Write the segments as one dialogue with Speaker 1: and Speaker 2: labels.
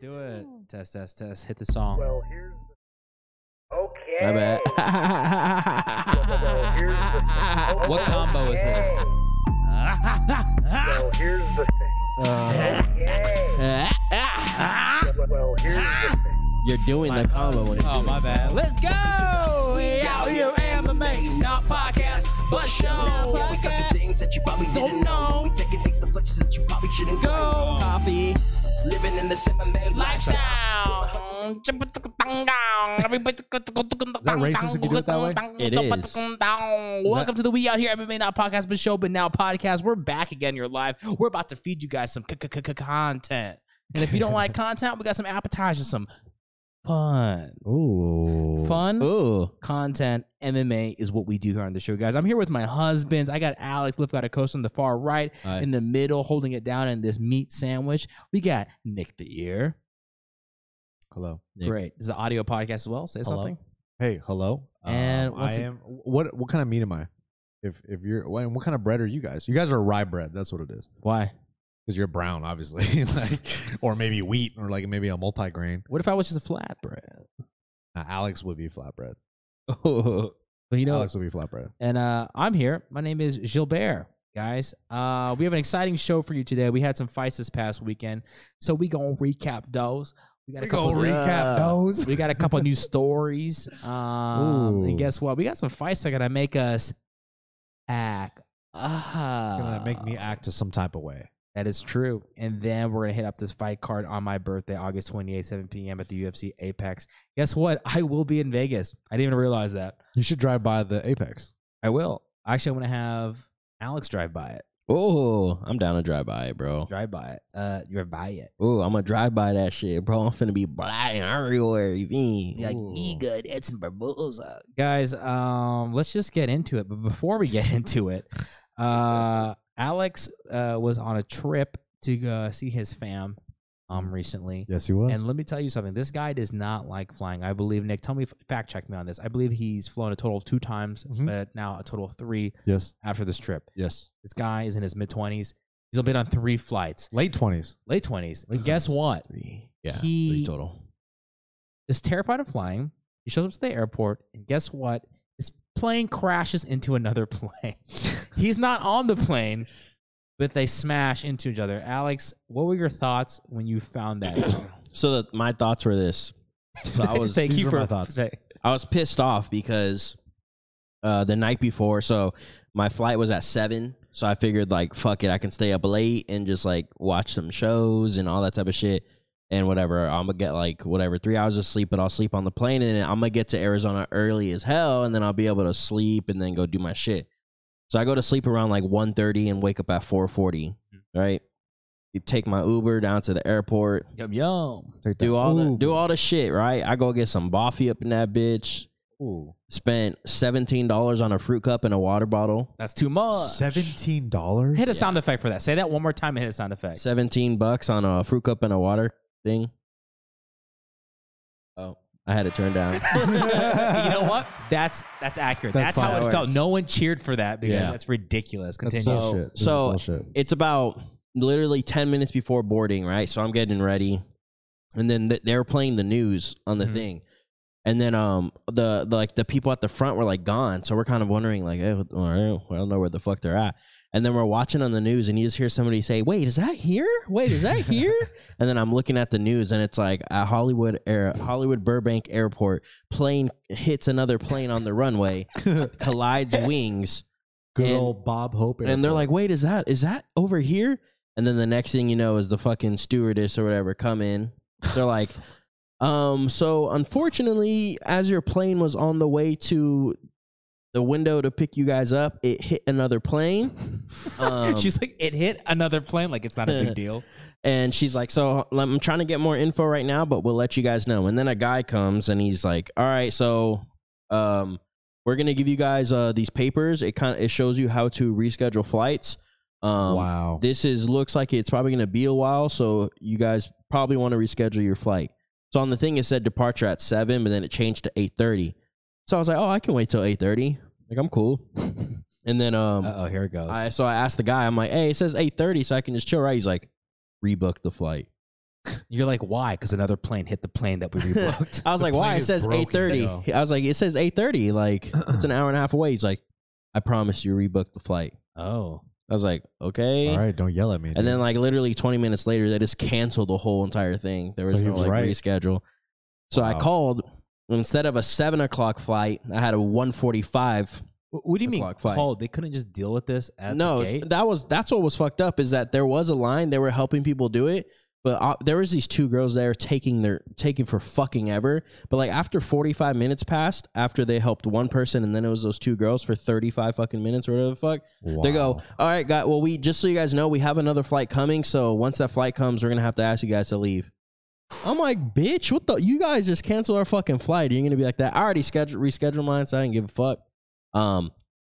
Speaker 1: do it. Test, test, test. Hit the song.
Speaker 2: Well, here's the... Okay.
Speaker 3: My bad.
Speaker 2: Well, here's the thing.
Speaker 1: What combo is this?
Speaker 2: Okay. Well, here's the thing. Okay. Well, here's the thing.
Speaker 3: You're doing the combo when it
Speaker 1: oh, my bad. Let's
Speaker 4: go. We out here MMA, not podcast, but show. Yeah, we got the things that you probably didn't know. We taking things to places that you probably shouldn't go. Coffee, living in the MMA lifestyle.
Speaker 5: that racist if you do it that way?
Speaker 3: It is.
Speaker 4: Welcome to the We Out Here MMA Not Podcast, but show, but now podcast. We're back again. You're live. We're about to feed you guys some c- c- c- c- content. And if you don't like content, we got some appetizers, some fun.
Speaker 3: Ooh.
Speaker 4: Fun?
Speaker 3: Ooh.
Speaker 4: content. MMA is what we do here on the show, guys. I'm here with my husbands. I got Alex Lifgotta-Coast on the far right,
Speaker 3: Hi.
Speaker 4: in the middle, holding it down in this meat sandwich. We got Nick the Ear.
Speaker 5: Hello.
Speaker 3: Nick.
Speaker 4: Great. This is an audio podcast as well. Say
Speaker 3: Hello.
Speaker 4: something.
Speaker 5: Hey, hello.
Speaker 4: And
Speaker 5: um, I
Speaker 4: once ag-
Speaker 5: am. What what kind of meat am I? If if you're what, what kind of bread are you guys? You guys are rye bread. That's what it is.
Speaker 4: Why?
Speaker 5: Because you're brown, obviously, like or maybe wheat or like maybe a multigrain.
Speaker 4: What if I was just a flat bread?
Speaker 5: Uh, Alex would be flatbread.
Speaker 4: but you know,
Speaker 5: Alex would be flatbread.
Speaker 4: and uh, I'm here. My name is Gilbert, guys. Uh, we have an exciting show for you today. We had some fights this past weekend, so we gonna recap those. We got a couple
Speaker 5: recap those.
Speaker 4: We got a couple new stories. Um, and
Speaker 5: Ooh.
Speaker 4: guess what? We got some fights that are gonna make us act. Ah,
Speaker 5: It's gonna make me act to some type of way.
Speaker 4: That is true. And then we're gonna hit up this fight card on my birthday, August 28th, 7 p.m. at the UFC Apex. Guess what? I will be in Vegas. I didn't even realize that.
Speaker 5: You should drive by the apex.
Speaker 4: I will. Actually, I'm gonna have Alex drive by it.
Speaker 3: Ooh. I'm down to drive by it, bro.
Speaker 4: Drive by it. Uh, you're by it.
Speaker 3: Ooh, I'm gonna drive by that shit, bro. I'm finna be blind everywhere. You mean?
Speaker 4: Like,
Speaker 3: me good, Edson Barboza.
Speaker 4: guys um let's just get into it but before we get into it uh alex uh was on a trip to go see his fam um recently
Speaker 5: Yes, he was.
Speaker 4: and let me tell you something this guy does not like flying i believe nick tell me fact check me on this i believe he's flown a total of two times
Speaker 5: Mhm.
Speaker 4: but now a total of three
Speaker 5: yes,
Speaker 4: after this trip
Speaker 5: yes.
Speaker 4: this guy is in his mid-20s he's been on three flights
Speaker 5: Late twenties.
Speaker 4: late 20s and guess what
Speaker 3: Three. Yeah.
Speaker 4: He-
Speaker 3: three total.
Speaker 4: is terrified of flying. He shows up to the airport, and guess what? His plane crashes into another plane. He's not on the plane, but they smash into each other. Alex, what were your thoughts when you found that? out?
Speaker 3: So the, my thoughts were this. So I was
Speaker 4: Thank
Speaker 5: These
Speaker 4: you
Speaker 5: were
Speaker 4: for
Speaker 5: my thoughts.
Speaker 4: thank-
Speaker 3: I was pissed off because uh, the night before, so my flight was at seven, so I figured like fuck it, I can stay up late and just like watch some shows and all that type of shit and whatever. I'm gonna get like whatever three hours of sleep, but I'll sleep on the plane and then I'm gonna get to Arizona early as hell, and then I'll be able to sleep and then go do my shit. So I go to sleep around like 1.30 and wake up at four forty.
Speaker 4: Mm.
Speaker 3: Right, you take my Uber down to the airport
Speaker 4: Yum yum.
Speaker 5: Take
Speaker 3: do
Speaker 5: that.
Speaker 3: all the
Speaker 5: Ooh.
Speaker 3: do all the shit, right? I go get some boffy up in that bitch.
Speaker 5: Ooh.
Speaker 3: Spent seventeen dollars on a fruit cup and a water bottle.
Speaker 4: That's too much.
Speaker 5: Seventeen dollars.
Speaker 4: Hit a sound effect for that. Say that one more time and hit a sound effect.
Speaker 3: Seventeen bucks on a fruit cup and a water thing. Oh, I had it turned down.
Speaker 4: you know what? That's that's accurate. That's,
Speaker 5: That's
Speaker 4: how it
Speaker 3: fireworks.
Speaker 4: felt. No one cheered for that because
Speaker 3: Yeah.
Speaker 4: that's ridiculous. Continue.
Speaker 5: That's bullshit. This is
Speaker 3: so-
Speaker 5: bullshit.
Speaker 3: it's about literally 10 minutes before boarding, right? So I'm getting ready. And then th- they're playing the news on the
Speaker 4: Mhm.
Speaker 3: thing. And then um the, the like the people at the front were like gone. So we're kind of wondering like, eh, what- all right, well, I don't know where the fuck they're at. And then we're watching on the news and you just hear somebody say, "Wait, is that here? Wait, is that here?" and then I'm looking at the news and it's like at Hollywood Air Hollywood Burbank Airport, plane hits another plane on the runway, collides wings
Speaker 5: Good
Speaker 3: and-
Speaker 5: old Bob Hope.
Speaker 3: and they're like, "Wait, is that is that over here?" And then the next thing you know is the fucking stewardess or whatever come in. They're like, "Um, so unfortunately, as your plane was on the way to the window to pick you guys up, it hit another plane." Um,
Speaker 4: She's like, it hit another plane. Like it's not a big deal.
Speaker 3: and she's like, "So I'm trying to get more info right now, but we'll let you guys know." And then a guy comes and he's like, "All right, so um, we're gonna give you guys uh, these papers. It kind of it shows you how to reschedule flights. Um,
Speaker 5: wow.
Speaker 3: this is looks like it's probably going to be a while so you guys probably want to reschedule your flight so on the thing it said departure at 7 but then it changed to 8.30 so i was like oh i can wait till 8.30 like i'm cool and then um
Speaker 4: Uh oh, here it goes.
Speaker 3: I, so i asked the guy i'm like hey it says 8.30 so i can just chill right he's like rebook the flight
Speaker 4: You're like, why? Because another plane hit the plane that we rebooked.
Speaker 3: I was
Speaker 5: The
Speaker 3: like, why?
Speaker 5: plane
Speaker 3: It
Speaker 5: is
Speaker 3: says
Speaker 5: broken,
Speaker 3: eight thirty.
Speaker 5: though.
Speaker 3: I was like, it says eight thirty. Like it's an hour and a half away. He's like, I promise you rebooked the flight.
Speaker 4: oh,
Speaker 3: I was like, okay.
Speaker 5: All right, don't yell at me.
Speaker 3: And then like literally 20 minutes later, they just canceled the whole entire thing. There was
Speaker 5: So he
Speaker 3: no
Speaker 5: was
Speaker 3: like
Speaker 5: right.
Speaker 3: reschedule. So I
Speaker 5: Wow.
Speaker 3: called. Instead of a seven o'clock flight, I had a one forty-five.
Speaker 4: Wh- what do you
Speaker 3: The
Speaker 4: mean
Speaker 3: clock fight.
Speaker 4: called? They couldn't just deal with this at
Speaker 3: No,
Speaker 4: the gate.
Speaker 3: that was that's what was fucked up is that there was a line. They were helping people do it, but uh, there was these two girls there taking their taking for fucking ever. But like after forty-five minutes passed, after they helped one person, and then it was those two girls for thirty-five fucking minutes or whatever the fuck. They go, all right, guy. Well, we just so you guys know, we have another flight coming. So once that flight comes, we're gonna have to ask you guys to leave. I'm like, bitch, what the? You guys just canceled our fucking flight. You're gonna be like that. I already scheduled rescheduled mine, so I didn't give a fuck. Um,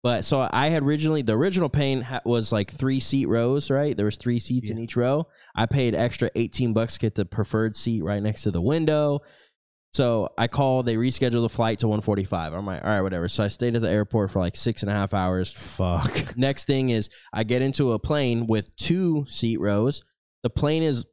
Speaker 3: but so I had originally the original pain ha- was like three seat rows, right? There was three seats in each row. I paid extra 18 bucks to get the preferred seat right next to the window. So I call, they reschedule the flight to 145. I'm like, all right, whatever. So I stayed at the airport for like six and a half hours.
Speaker 5: fuck.
Speaker 3: Next thing is I get into a plane with two seat rows. The plane is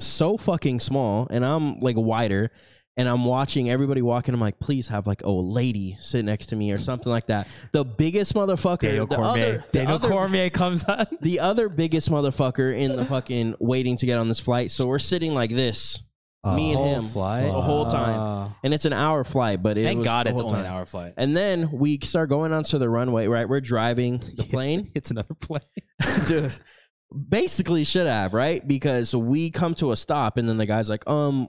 Speaker 3: so fucking small and I'm like wider and I'm watching everybody walking. I'm like, please have like a lady sit next to me or something like that. The biggest motherfucker,
Speaker 4: Daniel
Speaker 3: the,
Speaker 4: Cormier.
Speaker 3: other, the,
Speaker 4: Daniel
Speaker 3: other,
Speaker 4: Cormier comes on.
Speaker 3: the other biggest motherfucker in the fucking waiting to get on this flight. So we're sitting like this Me and
Speaker 5: Oh,
Speaker 3: him
Speaker 5: flight?
Speaker 3: the whole time.
Speaker 4: Ah.
Speaker 3: And it's an hour flight, but it
Speaker 4: Thank
Speaker 3: was
Speaker 4: God
Speaker 3: the
Speaker 4: it's
Speaker 3: whole
Speaker 4: only an
Speaker 3: time.
Speaker 4: hour flight.
Speaker 3: And then we start going onto the runway, right? We're driving the plane.
Speaker 4: It's another plane.
Speaker 3: Dude, basically should have right because we come to a stop and then the guy's like um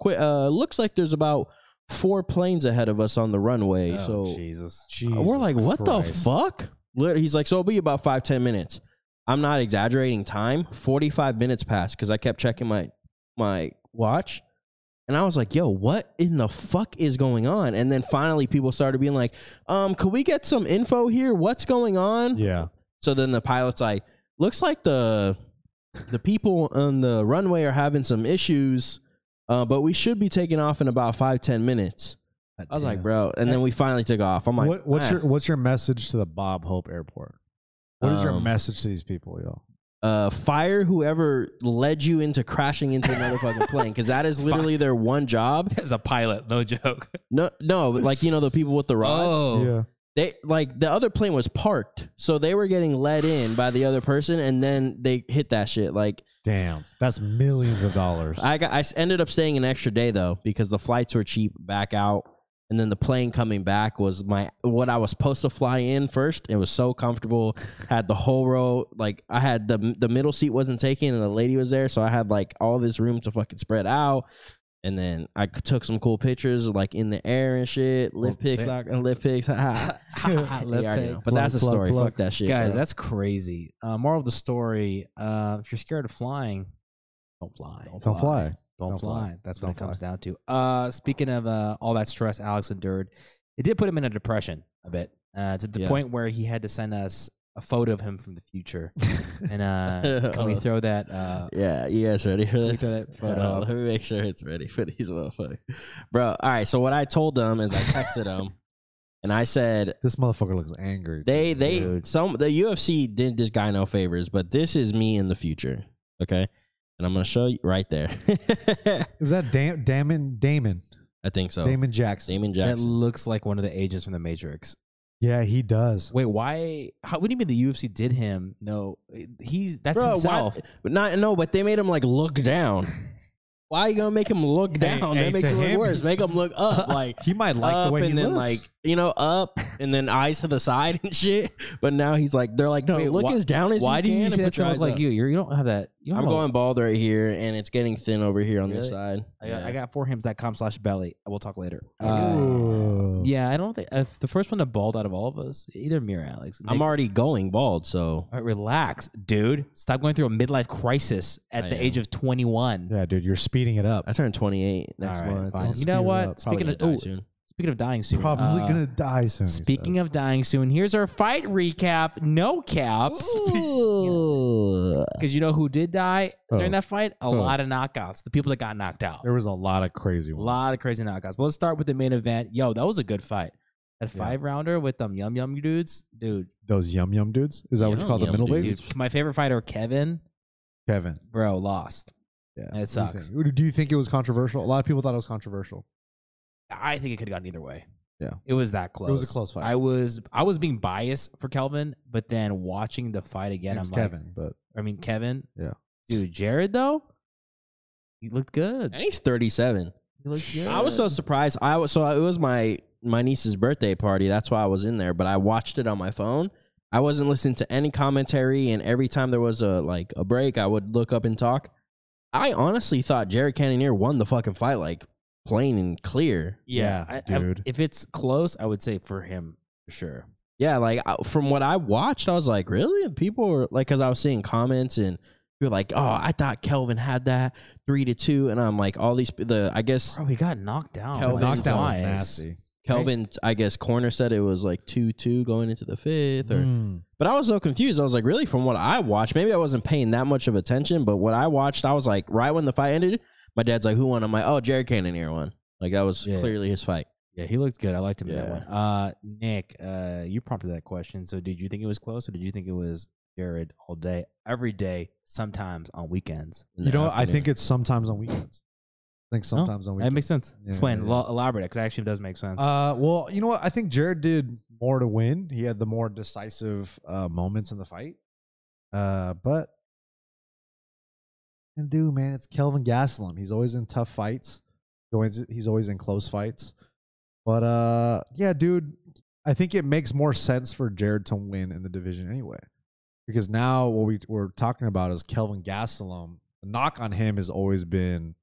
Speaker 3: qu- uh looks like there's about four planes ahead of us on the runway so
Speaker 4: Jesus.
Speaker 3: we're like what the fuck Lit- he's like so it'll be about five ten minutes i'm not exaggerating time 45 minutes passed because i kept checking my my watch and I was like, yo, what in the fuck is going on? And then finally people started being like, um, could we get some info here? What's going on?
Speaker 5: Yeah.
Speaker 3: So then the pilot's like, looks like the the people on the runway are having some issues, uh, but we should be taking off in about five ten minutes. I was like, bro, and then we finally took off. I'm like, "Ah."
Speaker 5: what, what's
Speaker 3: "Man."
Speaker 5: your What's your message to the Bob Hope Airport? What is your
Speaker 3: Um,
Speaker 5: message to these people, yo?
Speaker 3: uh, fire whoever led you into crashing into another fucking plane because that is literally their one job.
Speaker 4: As a pilot, no joke.
Speaker 3: No, no, but like you know the people with the rods.
Speaker 5: yeah.
Speaker 3: They like the other plane was parked, so they were getting led in by the other person, and then they hit that shit. Like
Speaker 5: Damn, that's millions of dollars.
Speaker 3: I got, I s- ended up staying an extra day though because the flights were cheap back out, and then the plane coming back was my what I was supposed to fly in first. It was so comfortable. had the whole row like I had the the middle seat wasn't taken and the lady was there, so I had like all this room to fucking spread out. And then I c- took some cool pictures like in the air and shit, lift pics
Speaker 5: they-
Speaker 3: like- and lift pics. Yeah, I already know. But
Speaker 5: Plug,
Speaker 3: that's a
Speaker 5: plug,
Speaker 3: story.
Speaker 5: plug.
Speaker 3: Fuck that shit,
Speaker 4: Guys,
Speaker 3: bro.
Speaker 4: that's crazy. Uh, moral of the story: uh, If you're scared of flying, don't fly.
Speaker 5: Don't fly.
Speaker 4: Don't,
Speaker 5: Don't
Speaker 4: fly.
Speaker 5: fly.
Speaker 4: That's what it
Speaker 5: Don't fly.
Speaker 4: comes down to. Uh, speaking of uh, all that stress Alex endured, it did put him in a depression a bit uh, to the
Speaker 3: Yeah.
Speaker 4: point where he had to send us a photo of him from the future. and uh, can we throw that? Uh,
Speaker 3: Yeah, you guys ready for
Speaker 4: can we
Speaker 3: this?
Speaker 4: throw that photo?
Speaker 3: Hold
Speaker 5: uh,
Speaker 3: on,
Speaker 4: up?
Speaker 3: let me make sure it's ready for these motherfuckers. Bro, all right, so what I told them is I texted them and I said
Speaker 5: This motherfucker looks angry.
Speaker 3: they they
Speaker 4: Dude.
Speaker 3: some the UFC did this guy no favors, but this is me in the future. Okay? And I'm gonna show you right there.
Speaker 5: is that Dam- Damon Damon
Speaker 3: I think so. Damon,
Speaker 5: Damon Jackson?
Speaker 4: That
Speaker 3: Jackson.
Speaker 4: looks like one of the agents from the Matrix.
Speaker 5: Yeah, he does.
Speaker 4: Wait, why? How? What do you mean the UFC did him? No, eh, he's that's
Speaker 3: Bro, why,
Speaker 4: himself.
Speaker 3: but not no, but they made him like look down. Why you gonna make him look
Speaker 5: Hey,
Speaker 3: down?
Speaker 5: hey,
Speaker 3: that makes
Speaker 5: to
Speaker 3: it look
Speaker 5: him-
Speaker 3: worse. Make him look up like
Speaker 5: He might like
Speaker 3: up
Speaker 5: the way
Speaker 3: and
Speaker 5: he
Speaker 3: then
Speaker 5: looks.
Speaker 3: like you know up and then eyes to the side and shit. But now he's like they're like no
Speaker 4: Wait,
Speaker 3: look
Speaker 4: why-
Speaker 3: as down as
Speaker 4: Why
Speaker 3: you
Speaker 4: do
Speaker 3: can
Speaker 4: you
Speaker 3: and
Speaker 4: say
Speaker 3: put
Speaker 4: that
Speaker 3: your
Speaker 4: sounds
Speaker 3: eyes
Speaker 4: like
Speaker 3: up.
Speaker 4: you? You're, you don't have that. You don't
Speaker 3: I'm
Speaker 4: have a-
Speaker 3: going bald right here and it's getting thin over here on this
Speaker 4: Really?
Speaker 3: side.
Speaker 4: I got,
Speaker 3: Yeah.
Speaker 4: I got fourhams.com slash belly. We'll talk later. Uh,
Speaker 5: Ooh.
Speaker 4: yeah, I don't think uh, the first one to bald out of all of us, either me or Alex.
Speaker 3: I'm
Speaker 4: Nick-
Speaker 3: already going bald, so
Speaker 4: All right, relax, dude. Stop going through a midlife crisis at
Speaker 3: I
Speaker 4: the
Speaker 3: am.
Speaker 4: age of 21.
Speaker 5: yeah, dude, you're speeding it up.
Speaker 3: I turn 28 next
Speaker 4: All right,
Speaker 3: month.
Speaker 4: fine.
Speaker 5: Don't
Speaker 4: You know
Speaker 5: speed it
Speaker 4: what?
Speaker 5: up.
Speaker 4: Speaking of oh, speaking of dying soon,
Speaker 5: Probably
Speaker 4: uh,
Speaker 5: gonna die soon.
Speaker 4: Speaking of dying soon, here's our fight recap. No cap, because you know who did die during
Speaker 5: Oh.
Speaker 4: that fight? A lot of knockouts. The people that got knocked out.
Speaker 5: there was a lot of crazy
Speaker 4: A
Speaker 5: ones.
Speaker 4: lot of crazy knockouts. But let's start with the main event. Yo, that was a good fight. That
Speaker 5: Yeah.
Speaker 4: five rounder with them yum yum dudes, dude.
Speaker 5: Those yum yum dudes. Is that what you
Speaker 3: Yum
Speaker 5: call the
Speaker 3: yum
Speaker 5: middleweights?
Speaker 3: dudes.
Speaker 4: Dude, my favorite fighter, Kevin,
Speaker 5: Kevin.
Speaker 4: bro, lost.
Speaker 5: Yeah,
Speaker 4: And it
Speaker 5: What do you
Speaker 4: sucks.
Speaker 5: think? Do you think it was controversial? A lot of people thought it was controversial.
Speaker 4: I think it could have gone either way.
Speaker 5: Yeah.
Speaker 4: It was that close.
Speaker 5: was a close fight.
Speaker 4: I was I was being biased for Kelvin, but then watching the fight again,
Speaker 5: it
Speaker 4: I'm
Speaker 5: was
Speaker 4: like
Speaker 5: Kevin, but
Speaker 4: I mean Kevin.
Speaker 5: Yeah.
Speaker 4: Dude, Jared though, he looked good.
Speaker 3: And he's 37.
Speaker 4: He looked good.
Speaker 3: I was so surprised. I was so it was my my niece's birthday party. That's why I was in there, but I watched it on my phone. I wasn't listening to any commentary, and every time there was a like a break, I would look up and talk. I honestly thought Jared Cannonier won the fucking fight, like plain and clear.
Speaker 4: yeah,
Speaker 5: Yeah,
Speaker 4: I- I-
Speaker 5: dude.
Speaker 4: if it's close, I would say for him for sure.
Speaker 3: Yeah, like I- from what I watched, I was like, really? People were like, because I was seeing comments and people were like, oh, I thought Kelvin had that three to two, and I'm like, all these the I guess
Speaker 4: Bro, he got knocked down.
Speaker 3: Kelvin
Speaker 4: like,
Speaker 3: knocked
Speaker 5: knockdown was
Speaker 4: twice.
Speaker 5: nasty.
Speaker 3: Kelvin, I guess Corner said it was like two two going into the fifth, or
Speaker 5: Mm.
Speaker 3: But I was so confused. I was like, really? From what I watched, maybe I wasn't paying that much of attention, but what I watched, I was like, right when the fight ended, my dad's like, who won? I'm like, oh, Jared Cannonier won. Like that was
Speaker 4: Yeah.
Speaker 3: clearly his fight.
Speaker 4: Yeah, he looked good. I liked him in that
Speaker 3: Yeah.
Speaker 4: one. Uh, Nick, uh, you prompted that question. So, did you think it was close, or did you think it was Jared all day, every day, sometimes on weekends?
Speaker 3: in
Speaker 5: You
Speaker 3: the
Speaker 5: know, what? I
Speaker 3: afternoon.
Speaker 5: think it's sometimes on weekends. I think
Speaker 4: No?
Speaker 5: sometimes on weekends.
Speaker 4: That makes sense.
Speaker 5: Yeah,
Speaker 4: Explain,
Speaker 5: yeah, yeah.
Speaker 4: lo- elaborate, because actually it does make sense.
Speaker 5: Uh, well, you know what? I think Jared did more to win. He had the more decisive uh, moments in the fight. Uh, but and dude, man, it's Kelvin Gastelum. He's always in tough fights. He's always- He's always in close fights. But uh, yeah, dude, I think it makes more sense for Jared to win in the division anyway, because now what we we're talking about is Kelvin Gastelum. The knock on him has always been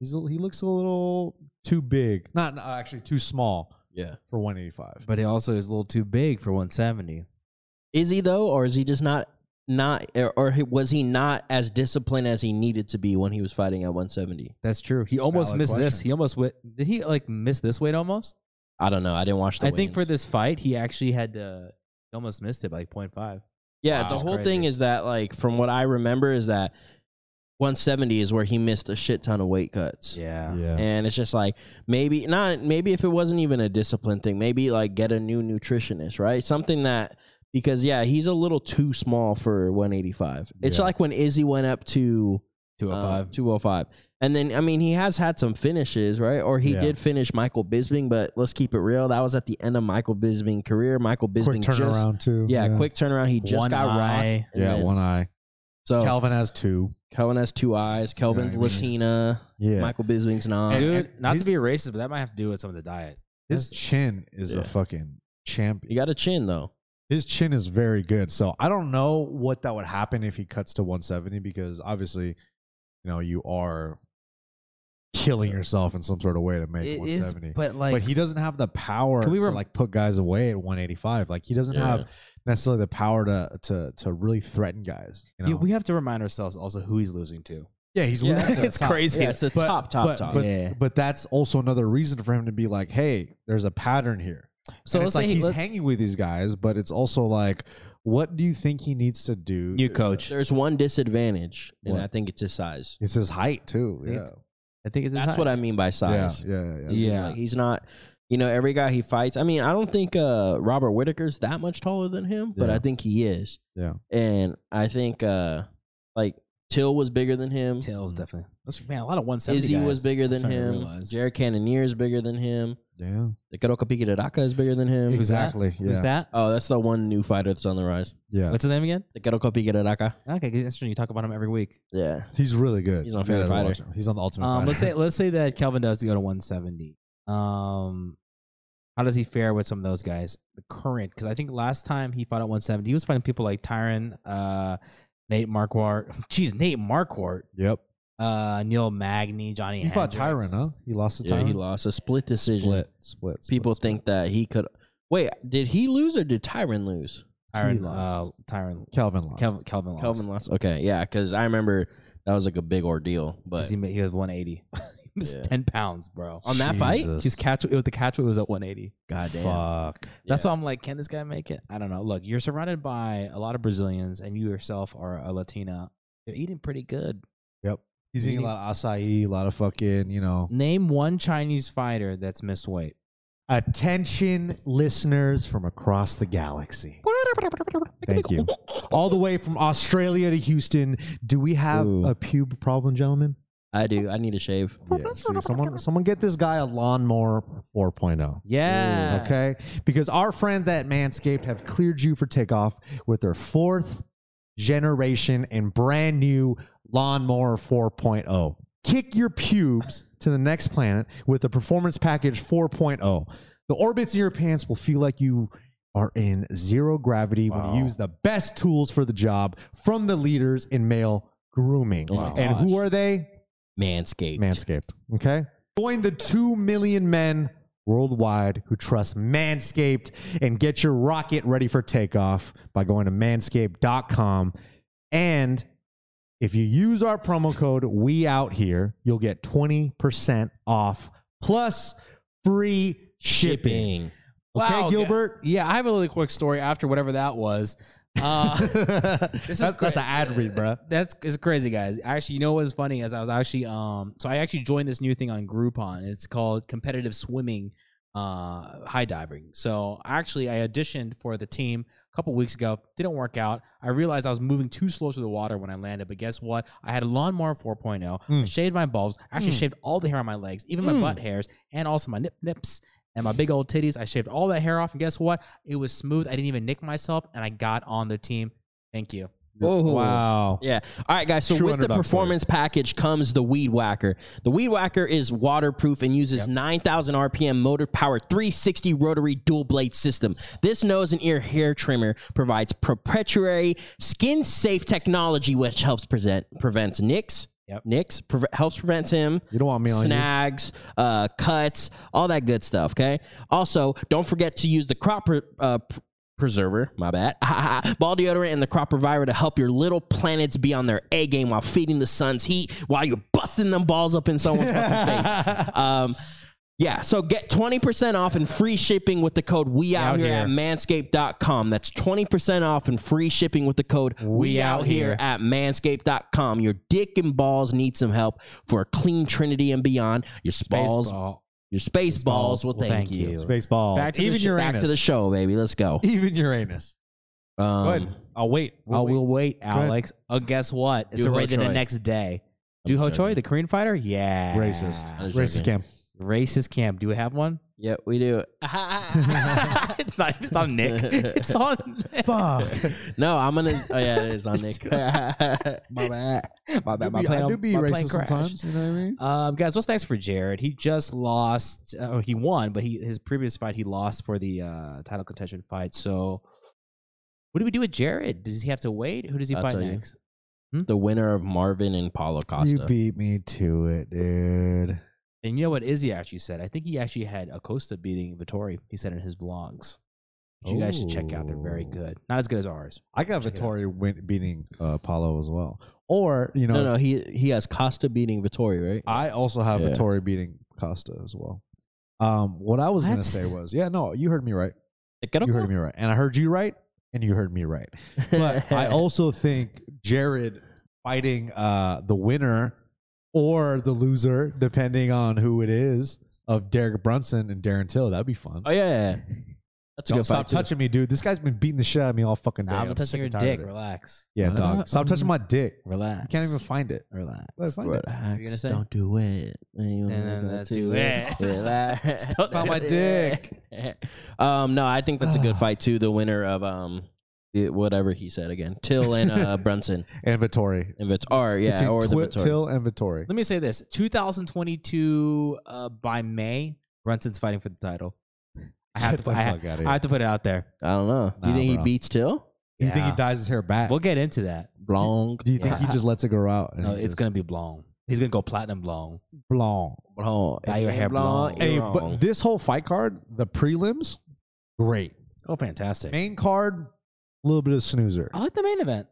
Speaker 5: he's a- he looks a little too big, not not- actually too small
Speaker 3: yeah.
Speaker 5: for 185.
Speaker 4: but he also is a little too big for 170.
Speaker 3: Is he though, or is he just not not, or, or he- was he not as disciplined as he needed to be when he was fighting at 170?
Speaker 4: That's true. He almost
Speaker 5: Valid
Speaker 4: missed this.
Speaker 5: question.
Speaker 4: He almost went. Did he like miss this weight almost?
Speaker 3: I don't know. I didn't watch the.
Speaker 4: I think for
Speaker 3: weigh-ins.
Speaker 4: this fight, he actually had to. He almost missed it by like 0.5.
Speaker 3: Yeah,
Speaker 4: Wow.
Speaker 3: the
Speaker 4: That's
Speaker 3: whole
Speaker 4: crazy.
Speaker 3: thing is that like from what I remember is that 170 is where he missed a shit ton of weight cuts.
Speaker 4: Yeah.
Speaker 3: And it's just like maybe not maybe if it wasn't even a discipline thing, maybe like get a new nutritionist, right? Something that because yeah, he's a little too small for 185. It's
Speaker 5: Yeah. oh
Speaker 3: like when Izzy went up to uh,
Speaker 4: 205.
Speaker 3: 205. And then I mean, he has had some finishes, right? Or he
Speaker 5: Yeah.
Speaker 3: did finish Michael Bisping, but let's keep it real, that was at the end of Michael Bisping's career. Michael
Speaker 5: quick
Speaker 3: Bisping just
Speaker 5: turnaround too.
Speaker 3: yeah, quick turnaround. He just
Speaker 4: One
Speaker 3: got rocked.
Speaker 4: eye.
Speaker 3: and
Speaker 5: Yeah,
Speaker 3: then- Oh.
Speaker 5: one eye.
Speaker 3: So
Speaker 5: Calvin has two.
Speaker 3: Kelvin has two eyes. Kelvin's
Speaker 5: what I
Speaker 3: Latina.
Speaker 5: Yeah,
Speaker 3: Michael Bisping's not.
Speaker 4: Dude,
Speaker 5: and
Speaker 4: not to
Speaker 5: his-
Speaker 4: be racist, but that might have to do with some of the diet.
Speaker 5: his chin is
Speaker 3: Yeah.
Speaker 5: a fucking champion.
Speaker 3: he got a chin though.
Speaker 5: his chin is very good. So I don't know what that would happen if he cuts to 170 because obviously, you know, you are killing yourself in some sort of way to make 170. but,
Speaker 4: but like,
Speaker 5: he doesn't have the power
Speaker 4: Can we
Speaker 5: to
Speaker 4: rem-
Speaker 5: like put guys away at 185. Like he doesn't
Speaker 3: Yeah.
Speaker 5: have necessarily the power to to to really threaten guys. You know?
Speaker 4: You- we have to remind ourselves also who he's losing to.
Speaker 5: yeah, he's
Speaker 3: Yeah,
Speaker 5: losing to the
Speaker 4: it's
Speaker 5: top.
Speaker 4: crazy.
Speaker 3: Yeah, it's a
Speaker 5: But-
Speaker 3: top, top,
Speaker 5: but,
Speaker 3: top.
Speaker 5: But,
Speaker 4: Yeah.
Speaker 5: but that's also another reason for him to be like, hey, there's a pattern here.
Speaker 4: So
Speaker 5: So
Speaker 4: let's
Speaker 5: it's like
Speaker 4: say he-
Speaker 5: he's
Speaker 4: let-
Speaker 5: hanging with these guys, but it's also like, what do you think he needs to do? uh,
Speaker 4: New
Speaker 5: to-
Speaker 4: coach.
Speaker 3: There's one disadvantage, and
Speaker 5: What?
Speaker 3: I think it's his size.
Speaker 5: It's his height too.
Speaker 4: Yeah.
Speaker 5: Yeah,
Speaker 4: I think it's his
Speaker 3: That's
Speaker 4: height.
Speaker 3: what I mean by size.
Speaker 5: yeah, yeah.
Speaker 3: It's just
Speaker 4: Yeah.
Speaker 3: like he's not. You know, every guy he fights. I mean, I don't think uh, Robert Whitaker's that much taller than him, but
Speaker 5: Yeah.
Speaker 3: I think he is.
Speaker 5: Yeah.
Speaker 3: And I think uh, like Till was bigger than him.
Speaker 4: Tails definitely. That's- man, a lot of 170
Speaker 3: Mm. Izzy
Speaker 4: guys.
Speaker 3: was bigger than
Speaker 4: trying to
Speaker 3: him.
Speaker 4: realize.
Speaker 3: Jared Cannonier is bigger than him.
Speaker 5: yeah.
Speaker 3: The Karoka Piki Daraka is bigger than him.
Speaker 4: Who's that?
Speaker 5: Exactly. Yeah.
Speaker 4: Who's that?
Speaker 3: Oh, that's the one new fighter that's on the rise.
Speaker 5: Yeah,
Speaker 4: What's his name again?
Speaker 3: The Karoka Piki Daraka.
Speaker 4: Okay, 'cause it's interesting. You talk about him every week.
Speaker 3: Yeah.
Speaker 5: he's really good.
Speaker 3: He's my
Speaker 5: You
Speaker 3: favorite
Speaker 5: gotta
Speaker 3: fighter.
Speaker 5: watch him. He's on the Ultimate
Speaker 4: Um,
Speaker 5: Fighter.
Speaker 4: let's say let's say that Kelvin does go to 170. Um, how does he fare with some of those guys? The current, because I think last time he fought at 170, he was fighting people like Tyron, uh, Nate Marquardt. Jeez, Nate Marquardt,
Speaker 5: yep.
Speaker 4: uh, Neil Magny, Johnny.
Speaker 5: He fought Tyron,
Speaker 4: Hendricks.
Speaker 5: huh? He lost to
Speaker 3: Yeah,
Speaker 5: Tyron.
Speaker 3: he lost a split decision.
Speaker 5: Split, split. split,
Speaker 3: People
Speaker 5: split.
Speaker 3: think that he could. Wait, did he lose or did Tyron lose?
Speaker 4: Tyron,
Speaker 5: He lost.
Speaker 4: Uh, Tyron.
Speaker 5: Calvin lost.
Speaker 4: Kelvin, Kelvin lost.
Speaker 3: Kelvin lost. Okay, yeah, because I remember that was like a big ordeal.
Speaker 4: 'Cause
Speaker 3: But
Speaker 4: He, ma- he was 180. he missed
Speaker 3: Yeah.
Speaker 4: 10 pounds, bro.
Speaker 3: on that fight,
Speaker 5: Jesus.
Speaker 4: His catch, it was the catch weight was at 180.
Speaker 3: goddamn,
Speaker 5: Fuck.
Speaker 4: That's
Speaker 3: Yeah.
Speaker 4: why I'm like, can this guy make it? I don't know. Look, you're surrounded by a lot of Brazilians, and you yourself are a Latina. They're eating pretty good.
Speaker 5: He's eating a lot of acai, a lot of fucking, you know.
Speaker 4: Name one Chinese fighter that's missed weight.
Speaker 5: Attention, listeners from across the galaxy. Thank you. All the way from Australia to Houston. Do we have
Speaker 3: Ooh.
Speaker 5: a pube problem, gentlemen?
Speaker 3: I do. I need a shave.
Speaker 5: Yeah, see, someone, someone get this guy a lawnmower oh. 4.0.
Speaker 4: Yeah.
Speaker 5: Okay. Because our friends at Manscaped have cleared you for takeoff with their fourth generation and brand new lawnmower 4.0. Kick your pubes to the next planet with the performance package 4.0. The orbits in your pants will feel like you are in zero gravity when you use the best tools for the job from the leaders in male grooming.
Speaker 3: Wow.
Speaker 5: and who are they?
Speaker 3: Manscaped.
Speaker 5: Manscaped. Okay. Join the 2 million men worldwide who trust Manscaped and get your rocket ready for takeoff by going to manscaped.com. And if you use our promo code we out here, you'll get 20% off plus free shipping.
Speaker 3: Shipping.
Speaker 5: Okay,
Speaker 4: Wow,
Speaker 5: Gilbert?
Speaker 4: Yeah, I have a really quick story after whatever that was. Uh,
Speaker 5: that's,
Speaker 4: is
Speaker 5: that's
Speaker 4: great.
Speaker 5: an ad read, bro.
Speaker 4: That's it's crazy, guys. Actually, you know what's funny is I was actually um so I actually joined this new thing on Groupon. It's called competitive swimming, uh, high diving. So actually, I auditioned for the team a couple weeks ago. Didn't work out. I realized I was moving too slow through the water when I landed. But guess what? I had a lawnmower 4.0. I
Speaker 5: Mm.
Speaker 4: shaved my balls. I
Speaker 5: Hmm.
Speaker 4: actually shaved all the hair on my legs, even my
Speaker 5: Mm.
Speaker 4: butt hairs, and also my nip nips. And my big old titties, I shaved all that hair off, and guess what? It was smooth. I didn't even nick myself, and I got on the team. Thank you.
Speaker 5: Wow.
Speaker 3: Yeah. All right, guys. So
Speaker 5: True
Speaker 3: with the
Speaker 5: underdog story.
Speaker 3: performance package comes the Weed Whacker. The Weed Whacker is waterproof and uses 9,000 RPM motor-powered 360 rotary dual blade system. This nose and ear hair trimmer provides proprietary skin-safe technology, which helps present prevents nicks.
Speaker 4: Yep.
Speaker 3: Nicks preve- helps prevent him
Speaker 5: You don't want me on you.
Speaker 3: snags, uh, cuts, all that good stuff. Okay. Also, don't forget to use the crop pre- uh, pr- preserver. My bad. Ball deodorant and the crop reviver to help your little planets be on their A game while feeding the sun's heat while you're busting them balls up in someone's fucking face. Um, yeah, so get 20% off and free shipping with the code we out, here, at manscaped.com. That's 20% off and free shipping with the code we, out, here, at manscaped.com. Your dick and balls need some help for a clean trinity and beyond. Your balls,
Speaker 4: Baseball.
Speaker 3: your space balls, will thank, you.
Speaker 5: Spaceball.
Speaker 4: Back to the
Speaker 5: Even
Speaker 4: sh-
Speaker 5: your
Speaker 3: Back to the show, baby. Let's go.
Speaker 5: Even Uranus.
Speaker 3: Um,
Speaker 5: Good. I'll wait.
Speaker 4: I will Oh, wait, Alex. Oh, guess what? It's
Speaker 3: Duho
Speaker 4: already
Speaker 3: Choi.
Speaker 4: the next day.
Speaker 3: I'm
Speaker 4: Duho Choi,
Speaker 3: joking.
Speaker 4: the Korean fighter? Yeah.
Speaker 5: Racist.
Speaker 3: I was
Speaker 5: Racist
Speaker 3: joking.
Speaker 5: scam.
Speaker 4: Racist camp. Do we have one?
Speaker 3: Yep, we do.
Speaker 4: it's not it's on Nick. It's on Nick.
Speaker 5: Fuck.
Speaker 3: no, I'm gonna. Oh yeah, it is on Nick. My bad.
Speaker 4: My bad, my
Speaker 5: I
Speaker 4: plane-
Speaker 5: do be
Speaker 4: my plane
Speaker 5: racist
Speaker 4: crashed.
Speaker 5: sometimes. You know what I mean?
Speaker 4: Um, guys, what's next for Jared? He just lost, uh, or he won, but he his previous fight he lost for the uh, title contention fight. So, what do we do with Jared? Does he have to wait? Who does he
Speaker 3: I'll
Speaker 4: fight
Speaker 3: tell you.
Speaker 4: next?
Speaker 3: The winner of Marvin and Paulo Costa.
Speaker 5: You beat me to it, dude.
Speaker 4: And you know what Izzy actually said? I think he actually had Acosta beating Vittori. He said in his vlogs. Which you guys should check out. They're very
Speaker 5: Ooh.
Speaker 4: good. Not as good as ours.
Speaker 5: I got
Speaker 4: Check it
Speaker 5: Vittori win- beating uh, Paulo as well. Or, you know,
Speaker 3: No, no, he he has Costa beating Vittori, right?
Speaker 5: I also have
Speaker 3: Yeah.
Speaker 5: Vittori beating Costa as well. Um, what I was going to
Speaker 4: What?
Speaker 5: say was, yeah, no, you heard me right.
Speaker 3: Pick
Speaker 5: You heard me right. And I heard you right. And you heard me right. But I also think Jared fighting uh, the winner or the loser, depending on who it is, of Derek Brunson and Darren Till, that'd be fun.
Speaker 3: Oh yeah, yeah, yeah. that's a
Speaker 5: Don't
Speaker 3: good
Speaker 5: stop
Speaker 3: fight. too.
Speaker 5: touching me, dude. This guy's been beating the shit out of me all fucking day.
Speaker 4: Nah, I'm not
Speaker 5: I'm
Speaker 4: touching
Speaker 5: sick
Speaker 4: your
Speaker 5: and tired
Speaker 4: dick.
Speaker 5: of it.
Speaker 4: Relax.
Speaker 5: Yeah,
Speaker 3: Uh,
Speaker 5: dog. Stop touching my dick.
Speaker 4: Relax.
Speaker 5: You can't even find it.
Speaker 4: relax.
Speaker 5: Well, find it.
Speaker 3: Relax.
Speaker 4: You're gonna say?
Speaker 3: Don't do it. And
Speaker 4: then that's do it.
Speaker 3: Relax.
Speaker 4: Don't Found do my
Speaker 5: it.
Speaker 3: um, no, I think that's a good fight too. The winner of um, it, whatever he said again, Till and uh, Brunson
Speaker 5: And Vittori.
Speaker 3: and Vittori, yeah,
Speaker 5: Between
Speaker 3: or the
Speaker 5: Twi-
Speaker 3: Vittori.
Speaker 5: Till and Vittori.
Speaker 4: Let me say this 2022, uh, by May, Brunson's fighting for the title. I have,
Speaker 5: Get
Speaker 4: to,
Speaker 5: the
Speaker 4: put- I, ha-
Speaker 5: fuck outta here.
Speaker 4: I have to put it out there.
Speaker 3: I don't know.
Speaker 5: Nah,
Speaker 3: you think
Speaker 5: bro.
Speaker 3: he beats Till?
Speaker 5: Do you think he
Speaker 4: Yeah.
Speaker 5: dyes his hair back?
Speaker 4: We'll get into that.
Speaker 3: Long.
Speaker 5: Do you think he just lets it grow out? and
Speaker 4: No,
Speaker 5: he
Speaker 4: it's
Speaker 5: just-
Speaker 4: going to be blonde. He's going to go platinum blonde.
Speaker 5: blonde.
Speaker 3: Long.
Speaker 4: Dye your hair blonde.
Speaker 5: Hey,
Speaker 3: Long.
Speaker 5: but this whole fight card, the prelims, great.
Speaker 4: Oh, fantastic.
Speaker 5: Main card, a little bit of snoozer.
Speaker 4: I like the main event.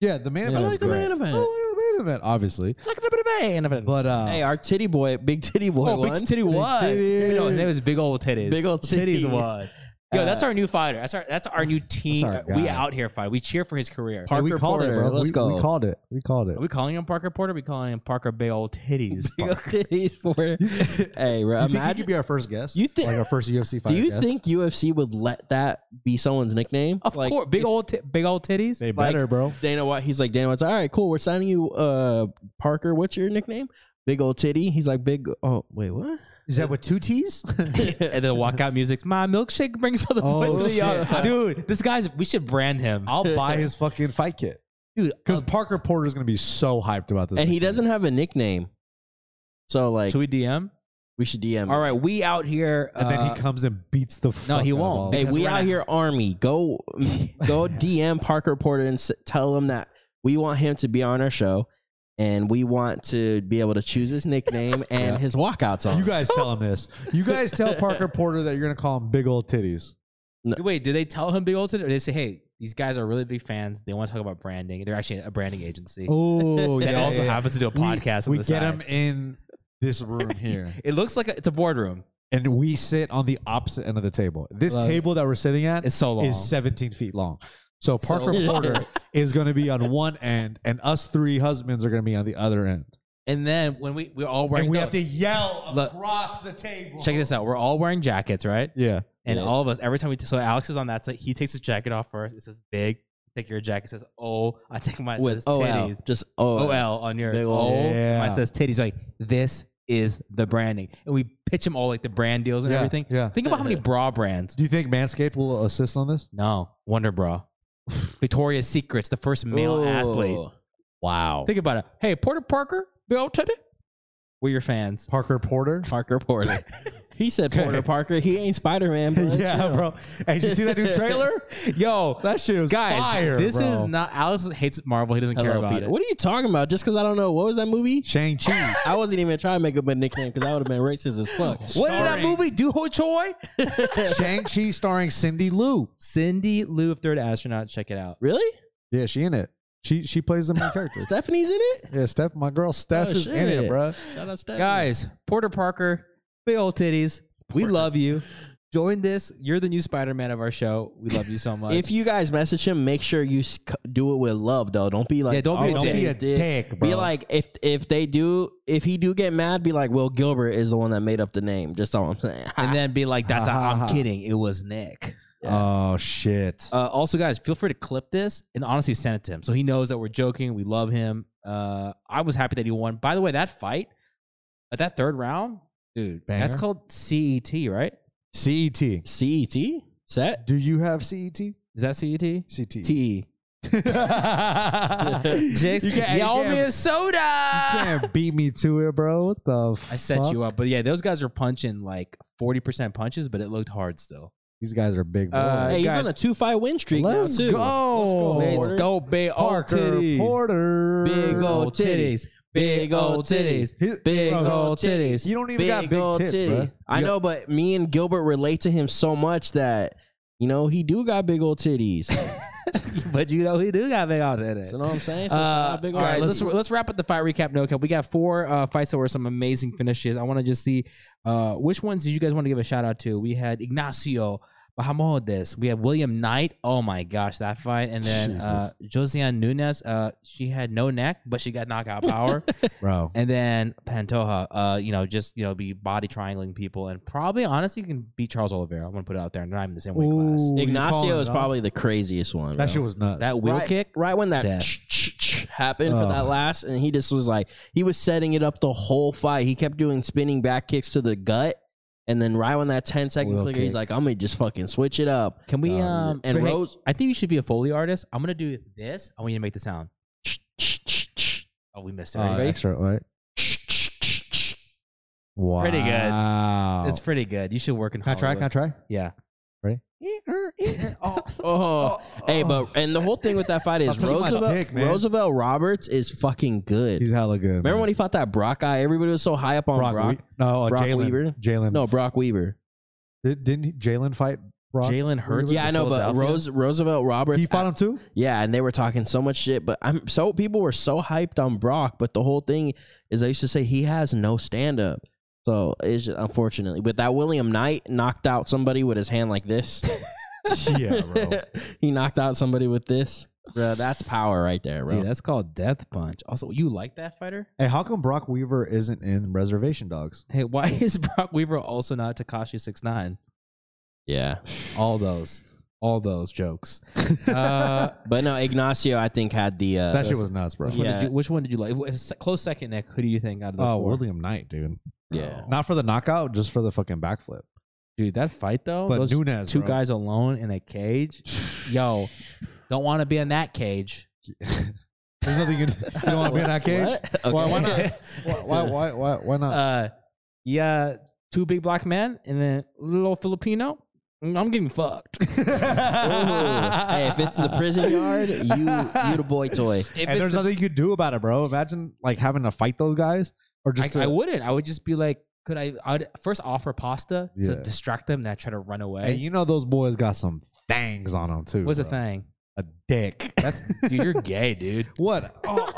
Speaker 5: Yeah, the main
Speaker 3: Yeah,
Speaker 5: event.
Speaker 3: I like the main event.
Speaker 5: I like the main event, obviously.
Speaker 4: I like the main event.
Speaker 5: But uh,
Speaker 3: Hey, our titty boy, big titty boy,
Speaker 4: Oh,
Speaker 3: won.
Speaker 4: Big Titty was.
Speaker 5: Titty.
Speaker 4: No, his name is Big Old Titties.
Speaker 3: Big Ol'
Speaker 4: Titties
Speaker 3: Titty.
Speaker 4: was. Yo, that's our new fighter. That's our that's our new team.
Speaker 5: Uh, our
Speaker 4: we
Speaker 5: guy.
Speaker 4: out here fight. We cheer for his career.
Speaker 3: Parker
Speaker 5: we called
Speaker 3: Porter,
Speaker 5: it, bro.
Speaker 3: let's
Speaker 5: we,
Speaker 3: go.
Speaker 5: we called it. We called it.
Speaker 4: Are we calling him Parker Porter? Are we calling him Parker Bay Old Titties?
Speaker 3: Big ol' titties for it. hey,
Speaker 5: you
Speaker 3: bro.
Speaker 5: think he
Speaker 3: imagine.
Speaker 5: could be our first guest?
Speaker 3: You thi-
Speaker 5: like our first UFC fight?
Speaker 3: do you think UFC would let that be someone's nickname?
Speaker 4: Of
Speaker 3: Like,
Speaker 4: course, big old ti- big old titties.
Speaker 5: they
Speaker 3: like-
Speaker 5: better, bro?
Speaker 3: Dana White. He's like Dana White's. All right, cool. We're signing you, uh, Parker. What's your nickname? Big old titty. He's like big. Oh wait, what?
Speaker 5: Is that with two T's?
Speaker 4: and then walkout music's my milkshake brings all the
Speaker 5: Oh,
Speaker 4: boys to the yard.
Speaker 5: shit.
Speaker 4: Dude, this guy's we should brand him.
Speaker 5: I'll buy his fucking fight kit,
Speaker 4: Dude,
Speaker 5: Because um, Parker Porter is gonna be so hyped about this,
Speaker 3: and he
Speaker 5: nickname.
Speaker 3: doesn't have a nickname. So like
Speaker 4: should
Speaker 3: we,
Speaker 4: we DM?
Speaker 3: should DM.
Speaker 4: All right, we out here.
Speaker 5: And then
Speaker 4: uh,
Speaker 5: he comes and beats the. Fuck
Speaker 4: he
Speaker 5: out of
Speaker 4: won't.
Speaker 5: all of
Speaker 3: Hey,
Speaker 5: us.
Speaker 4: Because
Speaker 3: we
Speaker 4: we're
Speaker 3: out
Speaker 4: not-
Speaker 3: here army. Go go DM Parker Porter and s- tell him that we want him to be on our show and we want to be able to choose his nickname and his walkout song.
Speaker 5: You guys tell him this. You guys tell Parker Porter that you're gonna call him big old titties.
Speaker 4: Wait, did they tell him big old titties? Or they say, hey, these guys are really big fans. They want to talk about branding. They're actually a branding agency.
Speaker 5: Oh,
Speaker 4: that also happens to do a podcast.
Speaker 5: We,
Speaker 4: on the
Speaker 5: get
Speaker 4: side.
Speaker 5: him in this room here,
Speaker 4: It looks like a, it's a boardroom.
Speaker 5: and we sit on the opposite end of the table. This
Speaker 4: Love it.
Speaker 5: table that we're sitting at
Speaker 4: It's so long.
Speaker 5: is 17 feet long. So Parker
Speaker 4: long.
Speaker 5: Porter is going to be on one end, and us three husbands are going to be on the other end.
Speaker 4: and then when we we're all wearing,
Speaker 5: And we
Speaker 4: no,
Speaker 5: have to yell
Speaker 4: Look.
Speaker 5: across the table.
Speaker 4: check this out. We're all wearing jackets, right?
Speaker 5: Yeah.
Speaker 4: And
Speaker 3: Yeah.
Speaker 4: all of us, every time we, so Alex is on that side, he takes his jacket off first. It says big. Take your jacket. It says oh. I take mine. It says
Speaker 3: with
Speaker 5: oh,
Speaker 3: OL.
Speaker 4: titties.
Speaker 3: Just OL.
Speaker 4: OL on yours.
Speaker 3: Big
Speaker 4: O
Speaker 3: ol'
Speaker 5: Yeah.
Speaker 4: mine says titties. Like this is the branding, and we pitch them all like the brand deals and
Speaker 5: Yeah,
Speaker 4: everything.
Speaker 5: yeah.
Speaker 4: Think about how many bra brands.
Speaker 5: Do you think Manscaped will assist on this?
Speaker 4: No, Wonder Bra, Victoria's Secrets, the first male
Speaker 3: Ooh.
Speaker 4: athlete.
Speaker 3: Wow.
Speaker 4: Think about it. Hey, Porter Parker, Bill Teddy, we're your fans.
Speaker 5: Parker Porter?
Speaker 3: Parker Porter. he said Porter Parker. He ain't Spider Man.
Speaker 5: yeah, bro. Hey, did you see that new trailer?
Speaker 4: Yo,
Speaker 5: That shit was
Speaker 4: guys,
Speaker 5: fire,
Speaker 4: this
Speaker 5: bro.
Speaker 4: is not. Alice hates Marvel. He doesn't care
Speaker 3: Hello,
Speaker 4: about
Speaker 3: Peter.
Speaker 4: it.
Speaker 3: What are you talking about? Just because I don't know what was that movie?
Speaker 5: Shang-Chi.
Speaker 3: I wasn't even trying to make up a nickname because I would have been racist as fuck.
Speaker 4: What did that
Speaker 5: Starring-
Speaker 4: movie do, Ho Choi?
Speaker 5: Shang-Chi starring Cindy Lou.
Speaker 4: Cindy Lou of Third Astronaut. Check it out.
Speaker 3: Really?
Speaker 5: Yeah, she in it. She she plays the main character.
Speaker 3: Stephanie's in it?
Speaker 5: Yeah, Steph, my girl Steph
Speaker 3: Oh,
Speaker 5: is in it,
Speaker 3: shit.
Speaker 5: bro.
Speaker 3: Shout out Stephanie.
Speaker 4: Guys, Porter Parker, big old titties. We love you. Join this. You're the new Spider Man of our show. We love you so much.
Speaker 3: If you guys message him, make sure you s- c- do it with love, though. Don't be like,
Speaker 4: Yeah, don't be a
Speaker 3: "Oh,
Speaker 4: dick."
Speaker 3: he's
Speaker 4: Don't
Speaker 5: be a dick, bro.
Speaker 3: Be like, if if they do, if he do get mad, be like, Will Gilbert is the one that made up the name. Just all I'm saying.
Speaker 4: and then be like, "That's
Speaker 5: Ha, ha,
Speaker 4: I'm
Speaker 5: ha.
Speaker 4: kidding. It was Nick."
Speaker 5: Oh shit.
Speaker 4: Uh, also, guys, feel free to clip this and honestly send it to him so he knows that we're joking. We love him. Uh, I was happy that he won. By the way, that fight, uh, that third round, dude, that's
Speaker 5: Banger.
Speaker 4: called CET, right?
Speaker 5: CET.
Speaker 3: CET E set. E.
Speaker 5: Do you have E CET?
Speaker 4: Is that E CET?
Speaker 5: CT.
Speaker 4: TE.
Speaker 5: Jake's,
Speaker 4: Jake's, you owe me a soda.
Speaker 5: can't beat me to it, bro. What the
Speaker 4: I set you up, but yeah, those guys are punching like forty percent punches, but it looked hard still.
Speaker 5: These guys are big boys.
Speaker 4: Uh,
Speaker 3: hey, he's
Speaker 4: guys-
Speaker 3: on a two fight win streak
Speaker 5: Let's
Speaker 3: now too.
Speaker 5: go.
Speaker 3: Let's
Speaker 4: Let's go, big old
Speaker 5: Parker
Speaker 4: titties,
Speaker 5: Porter.
Speaker 3: Big ol'
Speaker 4: old titties, big old titties,
Speaker 5: His-
Speaker 3: Big
Speaker 5: bro,
Speaker 3: old titties.
Speaker 5: You don't even got big
Speaker 3: ol'
Speaker 5: tits,
Speaker 3: titty.
Speaker 5: bro.
Speaker 3: I know, but me and Gilbert relate to him so much that you know he do got big old titties.
Speaker 4: but you know he do got big old titties.
Speaker 3: you know what I'm saying? So shout
Speaker 4: Uh,
Speaker 3: out big
Speaker 4: all
Speaker 3: ol'
Speaker 4: right, let's
Speaker 3: titties.
Speaker 4: let's wrap up the fight recap. No cap. We got four uh, fights that were some amazing finishes. I want to just see uh, which ones did you guys want to give a shout out to. We had Ignacio Bahamodes. We have William Knight. Oh my gosh, that fight! And then uh, Josiane Nunez. Uh, she had no neck, but she got knockout power.
Speaker 5: Bro.
Speaker 4: and then Pantoja. Uh, you know, just you know, be body triangling people, and probably honestly, you can beat Charles Oliveira. I'm gonna put it out there. They're not even the same weight class.
Speaker 5: Ooh, you calling
Speaker 3: Ignacio
Speaker 5: it
Speaker 3: is
Speaker 5: out?
Speaker 3: probably the craziest one. bro.
Speaker 5: That shit was nuts.
Speaker 4: That wheel
Speaker 3: right,
Speaker 4: kick.
Speaker 3: right when that
Speaker 4: Death.
Speaker 3: ch- ch- ch- happened for
Speaker 5: Ugh.
Speaker 3: that last, and he just was like, he was setting it up the whole fight. He kept doing spinning back kicks to the gut, and then right when that 10 second
Speaker 4: Wheel
Speaker 3: clicker, he's
Speaker 4: kick.
Speaker 3: like, I'm gonna just fucking switch it up.
Speaker 4: Can we?
Speaker 3: Um,
Speaker 4: Um,
Speaker 3: and
Speaker 4: but hey,
Speaker 3: Rose-
Speaker 4: I think you should be a foley artist. I'm gonna do this. I want you to make the sound.
Speaker 3: Ch- ch- ch- ch-
Speaker 4: Oh, we missed it.
Speaker 5: uh,
Speaker 4: Ready?
Speaker 5: extra, right?
Speaker 3: ch- ch- ch- ch.
Speaker 5: Wow.
Speaker 4: Pretty good.
Speaker 5: Wow.
Speaker 4: It's pretty good. You should work in
Speaker 5: Can I try? Can I
Speaker 4: Hollywood.
Speaker 5: try?
Speaker 4: Yeah.
Speaker 3: Oh, hey, but and the whole thing with that fight
Speaker 5: I'll
Speaker 3: is
Speaker 5: tell you my
Speaker 3: Roosevelt,
Speaker 5: dick, man.
Speaker 3: Roosevelt Roberts is fucking good.
Speaker 5: He's hella good.
Speaker 3: Remember when he fought that Brock guy? Everybody was so high up on Brock.
Speaker 5: Brock? um, We- no, uh,
Speaker 3: Brock Weaver?
Speaker 5: Jalen. Jalen.
Speaker 3: No, Brock Weaver.
Speaker 5: Did, didn't he- Jalen fight Brock?
Speaker 4: Jalen Hurts.
Speaker 3: Yeah,
Speaker 4: in
Speaker 3: I know, but
Speaker 4: Philadelphia?
Speaker 3: Rose Roosevelt Roberts
Speaker 5: He fought him too.
Speaker 3: Yeah, and they were talking so much shit, but I'm so people were so hyped on Brock, but the whole thing is I used to say he has no stand up. So it's just, unfortunately, but that William Knight knocked out somebody with his hand like this.
Speaker 5: yeah, bro.
Speaker 3: he knocked out somebody with this. Bro, that's power right there, bro.
Speaker 4: Dude, that's called Death Punch. Also, you like that fighter?
Speaker 5: Hey, how come Brock Weaver isn't in Reservation Dogs?
Speaker 4: Hey, why is Brock Weaver also not Takashi Six Nine?
Speaker 3: yeah.
Speaker 4: All those, all those jokes. Uh,
Speaker 3: But no, Ignacio, I think had the uh,
Speaker 5: that shit was nuts, bro.
Speaker 4: which, one did
Speaker 3: Yeah.
Speaker 4: you, which one did you like? It was a close second, Nick. Who do you think out of those
Speaker 5: Oh,
Speaker 4: four?
Speaker 5: William Knight, dude.
Speaker 3: yeah.
Speaker 5: Not for the knockout, just for the fucking backflip.
Speaker 4: Dude, that fight though,
Speaker 5: But
Speaker 4: those
Speaker 5: Nunes,
Speaker 4: two
Speaker 5: bro.
Speaker 4: guys alone in a cage. Yo, don't want to be in that cage.
Speaker 5: There's nothing you, you don't want to be in that cage.
Speaker 3: What?
Speaker 5: Why,
Speaker 3: Okay.
Speaker 5: why not? Why, why, why, why, why not?
Speaker 4: Uh, yeah, uh, two big black men and then little Filipino. Mm, I'm getting fucked.
Speaker 3: Ooh. hey, if it's the prison yard, you you the boy toy.
Speaker 4: If
Speaker 5: and
Speaker 4: it's
Speaker 5: there's
Speaker 4: the-
Speaker 5: nothing you could do about it, bro. Imagine like having to fight those guys, or
Speaker 4: I,
Speaker 5: just to-
Speaker 4: I wouldn't. I would just be like, could I? I'd first offer pasta to
Speaker 5: Yeah.
Speaker 4: distract them, then I try to run away.
Speaker 5: And you know those boys got some fangs on them too.
Speaker 4: What's the
Speaker 5: bro.
Speaker 4: thing?
Speaker 5: A dick. That's
Speaker 4: Dude, you're gay, dude.
Speaker 5: what? Oh,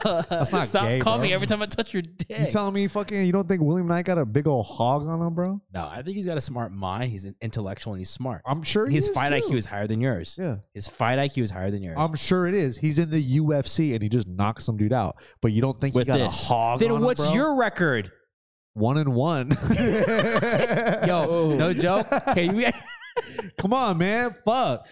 Speaker 5: oh.
Speaker 4: That's
Speaker 5: not
Speaker 4: Stop
Speaker 5: gay,
Speaker 4: calling me
Speaker 5: bro.
Speaker 4: every time I touch your dick.
Speaker 5: You telling me fucking you don't think William Knight got a big old hog on him, bro?
Speaker 4: no, I think he's got a smart mind. He's an intellectual and he's smart.
Speaker 5: I'm sure he
Speaker 4: His
Speaker 5: is,
Speaker 4: fight
Speaker 5: too.
Speaker 4: IQ is higher than yours.
Speaker 5: Yeah,
Speaker 4: His fight IQ is higher than yours.
Speaker 5: I'm sure it is. He's in the UFC and he just knocks some dude out. But you don't think
Speaker 3: With
Speaker 5: he got
Speaker 3: this.
Speaker 5: a hog? on
Speaker 4: then
Speaker 5: him,
Speaker 4: what's
Speaker 5: bro?
Speaker 4: your record?
Speaker 5: one and one?
Speaker 4: Yo, no joke. Can you?
Speaker 5: come on, man, fuck.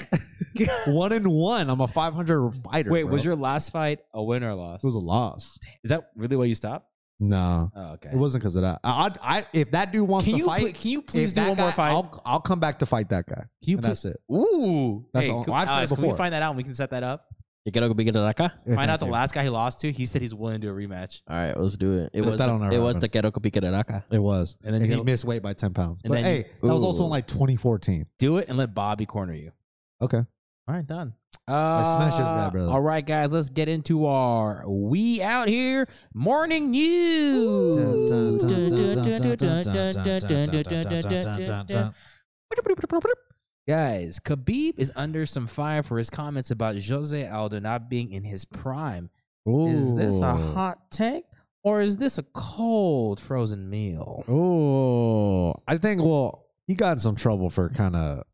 Speaker 5: one and one. I'm a 500 fighter.
Speaker 4: Wait, was
Speaker 5: bro.
Speaker 4: your last fight a win or a loss?
Speaker 5: It was a loss.
Speaker 4: Is that really why you stopped?
Speaker 5: No,
Speaker 4: Oh, okay.
Speaker 5: it wasn't because of that. I, I, I- if that dude wants
Speaker 4: Can
Speaker 5: to
Speaker 4: you, pl-
Speaker 5: fight,
Speaker 4: can you
Speaker 5: if
Speaker 4: please do
Speaker 5: that
Speaker 4: one more
Speaker 5: guy-
Speaker 4: fight?
Speaker 5: I'll, I'll come back to fight that guy.
Speaker 4: Can you
Speaker 5: And
Speaker 4: please?
Speaker 5: that's it.
Speaker 4: Ooh,
Speaker 5: That's
Speaker 4: hey,
Speaker 5: all-
Speaker 4: can,
Speaker 5: I've said it
Speaker 4: Alex, can we
Speaker 5: before.
Speaker 4: find that out? and We can set that up.
Speaker 3: You gotta go big All
Speaker 5: Yeah,
Speaker 4: find
Speaker 5: thank
Speaker 4: out the
Speaker 5: you.
Speaker 4: last guy he lost to. He said he's willing to do a rematch,
Speaker 3: right, let's do it. It
Speaker 5: Put
Speaker 3: was
Speaker 5: that on our
Speaker 3: it was
Speaker 5: record.
Speaker 3: the Quero Picararaca.
Speaker 5: It was,
Speaker 4: and then
Speaker 5: and
Speaker 4: you
Speaker 5: he
Speaker 4: gotta
Speaker 5: missed weight by 10 pounds.
Speaker 4: And
Speaker 5: But
Speaker 4: then you-
Speaker 5: hey, that was also
Speaker 3: Ooh.
Speaker 5: in like 2014.
Speaker 4: do it and let Bobby corner you.
Speaker 5: Okay.
Speaker 4: All right, done. Uh,
Speaker 5: smash this guy, brother.
Speaker 4: All right, guys, let's get into our we out here morning news. Guys, Khabib is under some fire for his comments about Jose Aldo not being in his prime. Is this a hot take or is this a cold frozen meal?
Speaker 5: Oh, I think. Well, he got in some trouble for kind of.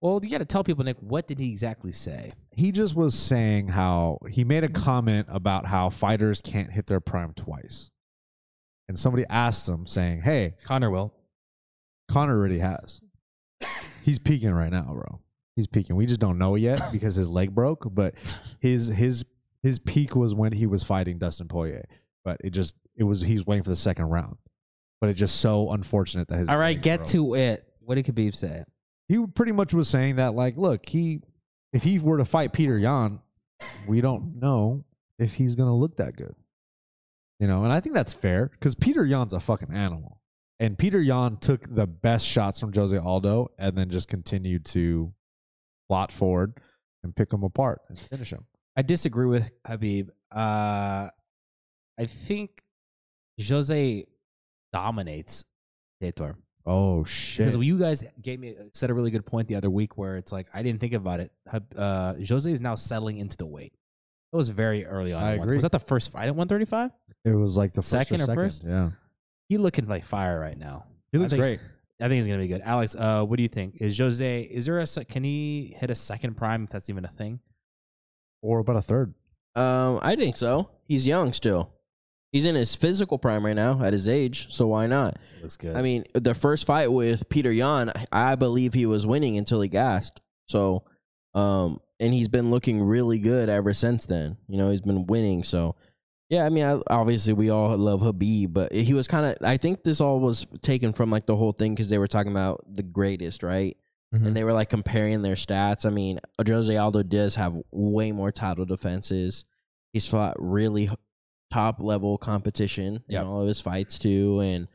Speaker 4: Well, you got to tell people, Nick, what did he exactly say?
Speaker 5: He just was saying how he made a comment about how fighters can't hit their prime twice, and somebody asked him saying, "Hey,
Speaker 4: Connor will.
Speaker 5: Connor already has. He's peaking right now, bro. He's peaking. We just don't know yet because his leg broke, but his his his peak was when he was fighting Dustin Poirier. But it just it was he was waiting for the second round. But it's just so unfortunate that his
Speaker 4: All right,
Speaker 5: leg
Speaker 4: get
Speaker 5: broke.
Speaker 4: to it. What did Khabib say?
Speaker 5: he pretty much was saying that like look he if he were to fight peter yan we don't know if he's gonna look that good you know and i think that's fair because peter yan's a fucking animal and peter yan took the best shots from jose aldo and then just continued to plot forward and pick him apart and finish him
Speaker 4: I disagree with Habib. Uh, I think Jose dominates Dator
Speaker 5: oh
Speaker 4: because
Speaker 5: shit
Speaker 4: you guys gave me uh, said a really good point the other week where it's like I didn't think about it. Hab- Uh, Jose is now settling into the weight. That was very early on.
Speaker 5: I
Speaker 4: at one-
Speaker 5: agree.
Speaker 4: Was that the first fight at 135?
Speaker 5: it was like the first
Speaker 4: Second or
Speaker 5: or second
Speaker 4: first?
Speaker 5: yeah
Speaker 4: He looking like fire right now.
Speaker 5: he
Speaker 4: I
Speaker 5: looks
Speaker 4: think-
Speaker 5: great
Speaker 4: I think he's gonna be good. Alex, uh, what do you think? Is Jose? Is there a se- can he hit a second prime if that's even a thing?
Speaker 5: or about a third
Speaker 3: Um, I think so. He's young still. He's in his physical prime right now at his age, so why not?
Speaker 4: Looks good.
Speaker 3: I mean, the first fight with Peter Yan, I believe he was winning until he gassed. So, um, and he's been looking really good ever since then. You know, he's been winning. So, yeah, I mean, I, obviously we all love Habib, but he was kind of. I think this all was taken from like the whole thing because they were talking about the greatest, right?
Speaker 4: Mhm.
Speaker 3: And they were like comparing their stats. I mean, Jose Aldo does have way more title defenses. He's fought really h- top level competition
Speaker 4: Yep.
Speaker 3: in all of his fights too, and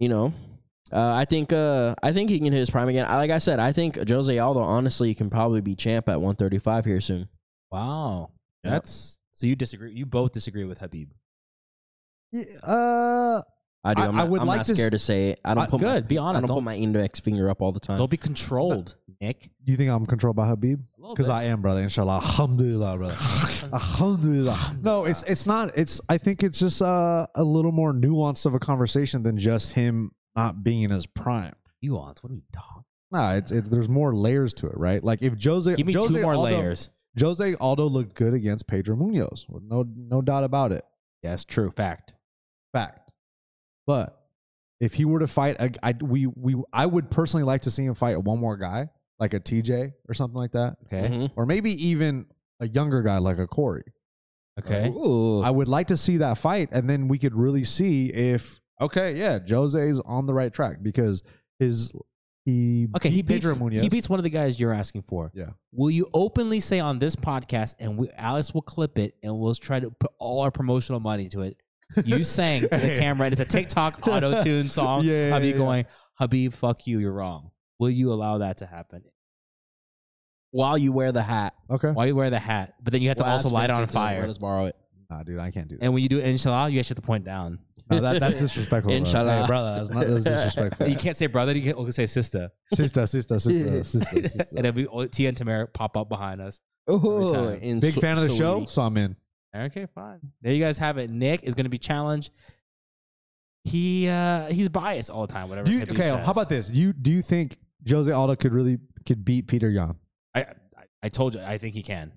Speaker 3: you know, uh, I think uh, I think he can hit his prime again. I- Like I said, I think Jose Aldo honestly can probably be champ at 135 here soon.
Speaker 4: wow,
Speaker 3: Yeah.
Speaker 4: that's so you disagree. You both disagree with Habib.
Speaker 5: Yeah, uh,
Speaker 3: I do.
Speaker 5: I-
Speaker 3: I'm
Speaker 5: I
Speaker 3: not,
Speaker 5: would
Speaker 3: I'm
Speaker 5: like
Speaker 3: not
Speaker 5: to s-
Speaker 3: scared to say it. I don't
Speaker 4: Uh,
Speaker 3: put
Speaker 4: good,
Speaker 3: My,
Speaker 4: be honest.
Speaker 3: I don't
Speaker 4: Don't-
Speaker 3: put my index finger up all the time.
Speaker 4: Don't be controlled, Nick.
Speaker 5: You think I'm controlled by Habib? Because I am, brother. Inshallah, alhamdulillah, brother. alhamdulillah. No, it's it's not. It's I think it's just uh, a little more nuanced of a conversation than just him not being in his prime.
Speaker 4: nuance. What are we talking?
Speaker 5: Nah, it's, it's there's more layers to it, right? Like if Jose,
Speaker 4: Give me
Speaker 5: Jose
Speaker 4: two more
Speaker 5: Aldo-
Speaker 4: layers.
Speaker 5: Jose Aldo looked good against Pedro Munoz. No, no doubt about it.
Speaker 4: Yes, true fact.
Speaker 5: Fact. But if he were to fight, I, I we we I would personally like to see him fight one more guy, like a TJ or something like that,
Speaker 4: Okay.
Speaker 3: Mhm.
Speaker 5: or maybe even a younger guy like a Corey.
Speaker 4: Okay.
Speaker 3: Ooh.
Speaker 5: I would like to see that fight, and then we could really see if okay, yeah, Jose's on the right track because his he
Speaker 4: Okay. He
Speaker 5: beat
Speaker 4: beats,
Speaker 5: Pedro Munoz.
Speaker 4: he beats one of the guys you're asking for.
Speaker 5: Yeah.
Speaker 4: Will you openly say on this podcast, and we, Alice will clip it, and we'll try to put all our promotional money into it? You sang to the
Speaker 5: Hey.
Speaker 4: camera, and it's a TikTok auto tune song.
Speaker 5: Yeah, yeah,
Speaker 4: Habib
Speaker 5: yeah.
Speaker 4: going, Habib, fuck you, you're wrong. Will you allow that to happen?
Speaker 3: While you wear the hat,
Speaker 5: okay,
Speaker 4: Why you wear the hat? But then you have to
Speaker 3: Well,
Speaker 4: also
Speaker 3: that's
Speaker 4: light it on
Speaker 3: offensive, so Let
Speaker 4: fire.
Speaker 3: us borrow it.
Speaker 5: nah, dude, I can't do that.
Speaker 4: And when you do inshallah, you actually have to point down.
Speaker 5: No, that that's disrespectful. bro.
Speaker 3: Inshallah.
Speaker 5: Hey, brother, that's not that's disrespectful.
Speaker 4: You can't say brother, you can only say sister.
Speaker 5: sister, sister, sister, sister, sister.
Speaker 4: And then we all- Tia and Tamara pop up behind us.
Speaker 3: Ooh,
Speaker 4: time.
Speaker 3: in
Speaker 5: Big
Speaker 3: Sa-
Speaker 5: fan of the show,
Speaker 3: Saudi.
Speaker 5: so I'm in.
Speaker 4: Okay, fine. There you guys have it. Nick is going to be challenged. He uh he's biased all the time. Whatever.
Speaker 5: Do you,
Speaker 4: Khabib
Speaker 5: okay,
Speaker 4: says.
Speaker 5: how about this? You do you think Jose Aldo could really could beat Peter Yan?
Speaker 4: I, I I told you. I think he can.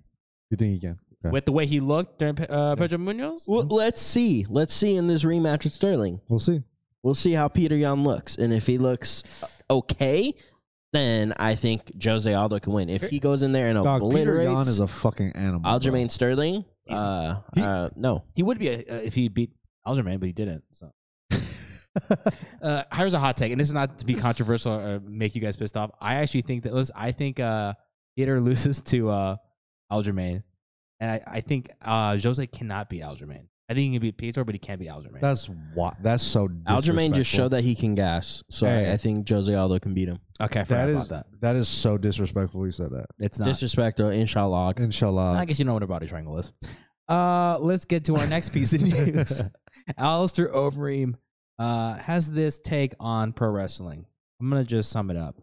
Speaker 5: You think he can? Okay.
Speaker 4: With the way he looked during Pe- uh, Pedro Munoz.
Speaker 3: Well, let's see. Let's see in this rematch with Sterling.
Speaker 5: We'll see.
Speaker 3: We'll see how Peter Yan looks, and if he looks okay, then I think Jose Aldo can win. If he goes in there and
Speaker 5: Dog, Peter
Speaker 3: obliterates
Speaker 5: Yan is a fucking animal. bro.
Speaker 3: Aljamain Sterling,
Speaker 4: He's-
Speaker 3: uh,
Speaker 5: He-
Speaker 3: uh, no,
Speaker 4: He would be a, uh, if he beat Alderman, but he didn't. So. uh, here's a hot take, and this is not to be controversial or make you guys pissed off. I actually think that listen, I think uh, Peter loses to uh, Alderman, and I, I think uh, Jose cannot beat Alderman. I think he can beat Peter, but he can't beat Alderman.
Speaker 5: That's what. That's so.
Speaker 3: Aljamain just
Speaker 5: disrespectful.
Speaker 3: showed that he can gas. So I-
Speaker 5: Hey.
Speaker 3: I, think Jose Aldo can beat him.
Speaker 4: okay, I forgot
Speaker 5: That
Speaker 4: about
Speaker 5: is
Speaker 4: that.
Speaker 5: that is so disrespectful. You said that.
Speaker 4: It's not.
Speaker 3: Disrespect, though, inshallah.
Speaker 4: I
Speaker 5: Inshallah.
Speaker 4: guess you know what a body triangle is. Uh, let's get to our next piece of news. Alistair Overeem uh, has this take on pro wrestling. I'm gonna just sum it up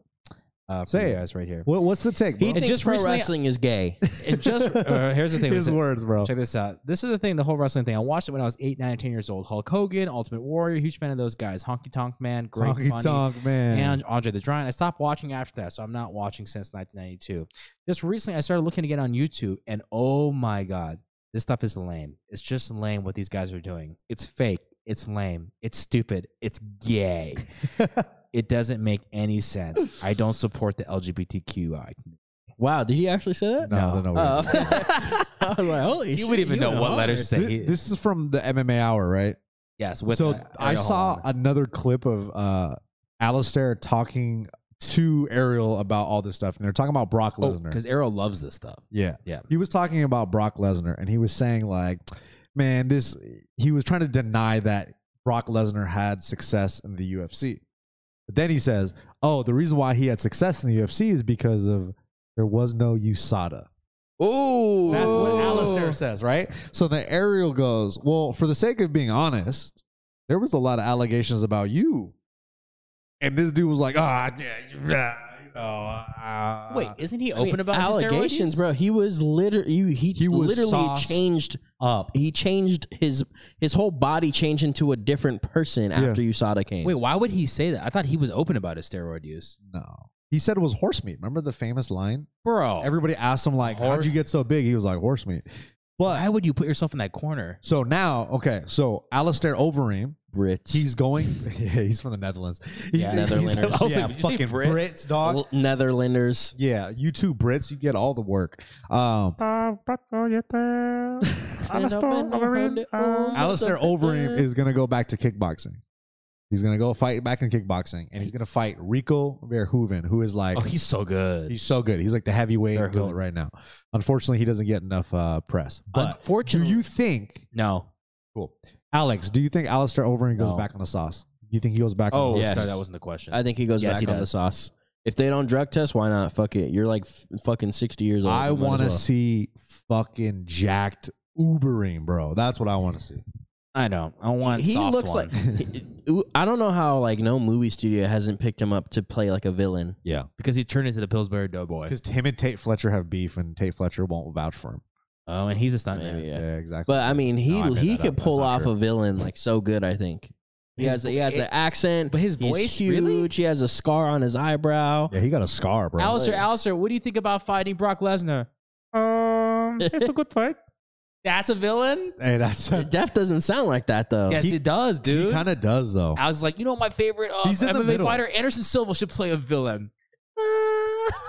Speaker 4: uh, for
Speaker 5: Say
Speaker 4: you
Speaker 5: it.
Speaker 4: guys right here.
Speaker 5: What, what's the take?
Speaker 3: He
Speaker 5: bro?
Speaker 3: thinks
Speaker 4: just
Speaker 3: pro
Speaker 4: recently-
Speaker 3: wrestling is gay.
Speaker 4: It just uh, here's the thing.
Speaker 5: His
Speaker 4: Listen,
Speaker 5: words, bro.
Speaker 4: Check this out. This is the thing, the whole wrestling thing. I watched it when I was eight, nine, ten years old. Hulk Hogan, Ultimate Warrior, huge fan of those guys. Honky Tonk Man, great,
Speaker 5: Honky
Speaker 4: funny,
Speaker 5: tonk man.
Speaker 4: and Andre the Giant. I stopped watching after that, so I'm not watching since 1992. Just recently, I started looking again on YouTube, and oh my god, this stuff is lame. It's just lame what these guys are doing. It's fake. It's lame. It's stupid. It's gay. it doesn't make any sense. I don't support the LGBTQI.
Speaker 3: wow, did he actually say that?
Speaker 5: no, no, no.
Speaker 3: Oh.
Speaker 5: wait.
Speaker 3: I was like, holy
Speaker 4: You
Speaker 3: shit,
Speaker 4: would even know
Speaker 3: went
Speaker 4: what
Speaker 3: hard.
Speaker 4: letters to
Speaker 5: Thi-
Speaker 4: say. He-
Speaker 5: This, is from the MMA Hour, right?
Speaker 4: Yes. With
Speaker 5: so
Speaker 4: uh,
Speaker 5: I
Speaker 4: Ariel
Speaker 5: saw
Speaker 4: Helwani.
Speaker 5: another clip of uh, Alistair talking to Ariel about all this stuff, and they're talking about Brock
Speaker 4: Oh,
Speaker 5: Lesnar.
Speaker 4: because Arrow loves this stuff.
Speaker 5: yeah,
Speaker 4: Yeah.
Speaker 5: He was talking about Brock Lesnar, and he was saying like, "Man, this." He was trying to deny that Brock Lesnar had success in the UFC, but then he says, "Oh, the reason why he had success in the UFC is because of there was no USADA."
Speaker 3: Ooh.
Speaker 5: That's what Alistair says, right? So then Ariel goes, Well, for the sake of being honest, there was a lot of allegations about you. And this dude was like, Ah, yeah, yeah, you know. Uh,
Speaker 4: Wait, isn't he
Speaker 3: I mean,
Speaker 4: open about his steroid
Speaker 3: allegations,
Speaker 4: use?
Speaker 3: bro. He was literally he,
Speaker 5: He was
Speaker 3: literally
Speaker 5: sauced
Speaker 3: changed
Speaker 5: up.
Speaker 3: he changed his his whole body changed into a different person
Speaker 5: Yeah.
Speaker 3: after USADA came.
Speaker 4: Wait, why would he say that? I thought he was open about his steroid use,
Speaker 5: No. He said it was horse meat. Remember the famous line?
Speaker 4: bro.
Speaker 5: Everybody asked him, like,
Speaker 4: Oh. Horse-
Speaker 5: how'd you get so big? He was like, horse meat. But
Speaker 4: why would you put yourself in that corner?
Speaker 5: so now, okay, so Alistair Overeem,
Speaker 3: Brits.
Speaker 5: he's going, yeah, he's from the Netherlands. He's,
Speaker 3: Yeah, Netherlanders.
Speaker 5: He's,
Speaker 4: I was like,
Speaker 5: yeah,
Speaker 4: did you say
Speaker 5: fucking
Speaker 4: Brits?
Speaker 5: Brits, dog.
Speaker 3: Netherlanders.
Speaker 5: Yeah, you two Brits, you get all the work. Um,
Speaker 4: Oh,
Speaker 5: Alistair Overeem is gonna go back to kickboxing. He's gonna go fight back in kickboxing, and he's gonna fight Rico Verhoeven, who is like
Speaker 4: Oh, he's so good.
Speaker 5: he's so good. He's like the heavyweight
Speaker 4: Verhoeven.
Speaker 5: goat right now. Unfortunately, he doesn't get enough uh, press. But do
Speaker 4: Unfortunately,
Speaker 5: you think,
Speaker 4: no.
Speaker 5: cool, Alex? Do you think Alistair Overeem goes
Speaker 4: No.
Speaker 5: back on the sauce? You think he goes back? on
Speaker 4: Oh,
Speaker 5: the
Speaker 3: yes.
Speaker 4: sorry, that wasn't the question.
Speaker 3: I think he goes
Speaker 4: Yes,
Speaker 3: back
Speaker 4: he
Speaker 3: on the
Speaker 4: does.
Speaker 3: sauce. If they don't drug test, why not? Fuck it. You're like f- fucking 60 years old.
Speaker 5: I
Speaker 3: You might as
Speaker 5: want to
Speaker 3: well.
Speaker 5: see fucking jacked Ubering, bro. That's what I want to see.
Speaker 4: I don't. I want
Speaker 3: he
Speaker 4: soft
Speaker 3: looks
Speaker 4: one.
Speaker 3: like I don't know how like no movie studio hasn't picked him up to play like a villain.
Speaker 5: Yeah.
Speaker 4: because he turned into the Pillsbury Doughboy.
Speaker 5: Because him and Tate Fletcher have beef, and Tate Fletcher won't vouch for him.
Speaker 4: Oh, and he's a stuntman.
Speaker 3: Maybe, yeah.
Speaker 5: exactly.
Speaker 3: But I mean, he
Speaker 5: No, I made
Speaker 3: he
Speaker 5: that up.
Speaker 3: could
Speaker 5: That's
Speaker 3: pull
Speaker 5: not
Speaker 3: off
Speaker 5: true.
Speaker 3: a villain like so good. I think he
Speaker 4: His
Speaker 3: has the, he
Speaker 4: vo-
Speaker 3: has
Speaker 4: it-
Speaker 3: the accent,
Speaker 4: but his
Speaker 3: he's
Speaker 4: voice,
Speaker 3: huge.
Speaker 4: really?
Speaker 3: He has a scar on his eyebrow.
Speaker 5: yeah, he got a scar, bro.
Speaker 4: Alistair, Alistair, what do you think about fighting Brock Lesnar? Um,
Speaker 3: it's
Speaker 4: a good fight. That's a villain?
Speaker 5: hey, that's
Speaker 3: Def doesn't sound like that though.
Speaker 4: yes, it does,
Speaker 5: he
Speaker 4: dude.
Speaker 5: kind of does though.
Speaker 4: I was like, you know, my favorite uh,
Speaker 5: He's in the
Speaker 4: MMA
Speaker 5: middle.
Speaker 4: fighter, Anderson Silva, should play a villain.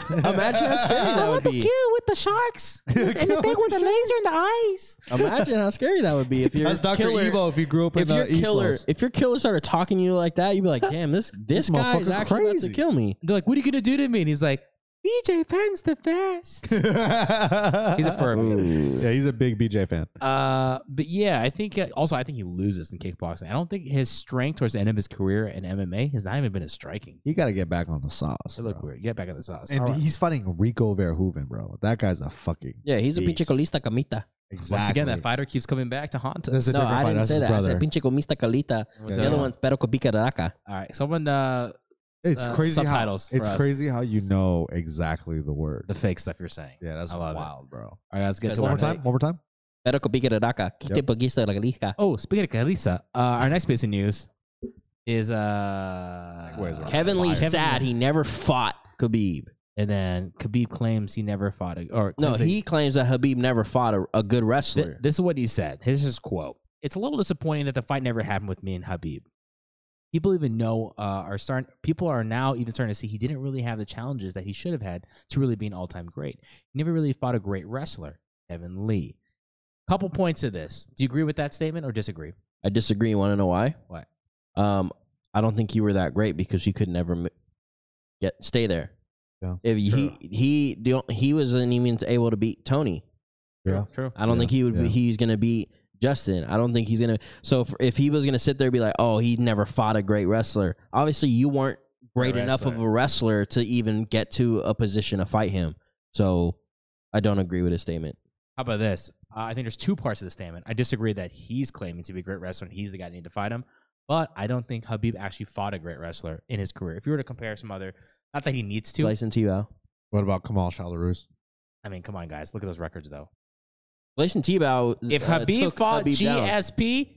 Speaker 3: Imagine how scary that would be.
Speaker 4: with the sharks.
Speaker 5: That's
Speaker 4: laser in the eyes.
Speaker 3: Imagine how scary that would be if your
Speaker 5: Doctor
Speaker 3: killer,
Speaker 5: Evo. If he grew up in
Speaker 3: If your
Speaker 5: the East
Speaker 3: killer,
Speaker 5: Coast.
Speaker 3: if your killer started talking to you like that, you'd be like, "Damn, this this, guy is
Speaker 5: motherfucker
Speaker 3: actually about to
Speaker 5: crazy."
Speaker 3: kill me."
Speaker 4: They're like, what are you going to do to me? And he's like, BJ Penn's the best. he's a furry.
Speaker 5: Yeah, he's a big BJ fan.
Speaker 4: Uh, but yeah, I think uh, also I think he loses in kickboxing. I don't think his strength towards the end of his career in MMA has not even been his striking.
Speaker 5: You got to get back on the sauce.
Speaker 4: It looked
Speaker 5: bro.
Speaker 4: weird. Get back on the sauce.
Speaker 5: And
Speaker 4: All right.
Speaker 5: he's fighting Rico Verhoeven, bro. That guy's a fucking
Speaker 3: Yeah, he's a pinche
Speaker 5: Beast.
Speaker 3: colista camita.
Speaker 5: exactly.
Speaker 4: Once again, that fighter keeps coming back to haunt us.
Speaker 5: That's a
Speaker 3: No,
Speaker 5: different
Speaker 3: I
Speaker 5: fight.
Speaker 3: didn't
Speaker 5: That's
Speaker 3: say
Speaker 5: his
Speaker 3: that. I said
Speaker 5: brother.
Speaker 3: pinche comista calita.
Speaker 4: What's
Speaker 3: The
Speaker 4: that?
Speaker 3: other one's pero copica de raca.
Speaker 4: All right, someone uh,
Speaker 5: It's
Speaker 4: uh,
Speaker 5: crazy.
Speaker 4: subtitles for
Speaker 5: How, it's
Speaker 4: us.
Speaker 5: crazy how you know exactly the word.
Speaker 4: the fake stuff you're saying.
Speaker 5: yeah, that's
Speaker 4: I love it.
Speaker 5: wild, bro.
Speaker 4: All right, let's get
Speaker 3: Guys,
Speaker 4: to
Speaker 5: One
Speaker 4: our
Speaker 5: more time.
Speaker 4: next-
Speaker 5: One more time.
Speaker 3: Pero copica de raca. Quite poquista de la galisca.
Speaker 4: Oh, speaking of Carissa, uh, our next piece of news is uh,
Speaker 5: Segues are
Speaker 3: Kevin Lee
Speaker 4: Kevin
Speaker 3: sad
Speaker 4: Lee.
Speaker 3: he never fought Khabib.
Speaker 4: and then Khabib claims he never fought. A, or
Speaker 3: No,
Speaker 4: claims that-
Speaker 3: he claims that Habib never fought a, a good
Speaker 4: Th-
Speaker 3: wrestler.
Speaker 4: this is what he said. Here's his quote. It's a little disappointing that the fight never happened with me and Habib. People even know uh, are starting. People are now even starting to see he didn't really have the challenges that he should have had to really be an all-time great. He never really fought a great wrestler, Kevin Lee. Couple points to this. Do you agree with that statement or disagree?
Speaker 3: I disagree. Want to know why?
Speaker 4: Why?
Speaker 3: Um, I don't think you were that great because you could never m- get stay there.
Speaker 5: Yeah.
Speaker 3: If he he don't- he wasn't even able to beat Tony.
Speaker 5: Yeah.
Speaker 4: true.
Speaker 3: I don't
Speaker 5: Yeah,
Speaker 3: think he would. Be,
Speaker 5: yeah.
Speaker 3: he's gonna beat Justin. I don't think he's gonna. So if, if he was gonna sit there and be like, "Oh, he never fought a great wrestler," obviously you weren't great
Speaker 4: Great
Speaker 3: enough of
Speaker 4: wrestler.
Speaker 3: a wrestler to even get to a position to fight him. So I don't agree with his statement.
Speaker 4: How about this? Uh, I think there's two parts of the statement. I disagree that he's claiming to be a great wrestler and he's the guy that need to fight him, but I don't think Habib actually fought a great wrestler in his career. If you were to compare some other, not that he needs to.
Speaker 3: Blyson Tebow.
Speaker 5: What about Kamal Shalarus?
Speaker 4: I mean, come on, guys, look at those records though.
Speaker 3: Blyson Tebow.
Speaker 4: If
Speaker 3: uh,
Speaker 4: Habib
Speaker 3: took
Speaker 4: fought
Speaker 3: Habib down.
Speaker 4: GSP,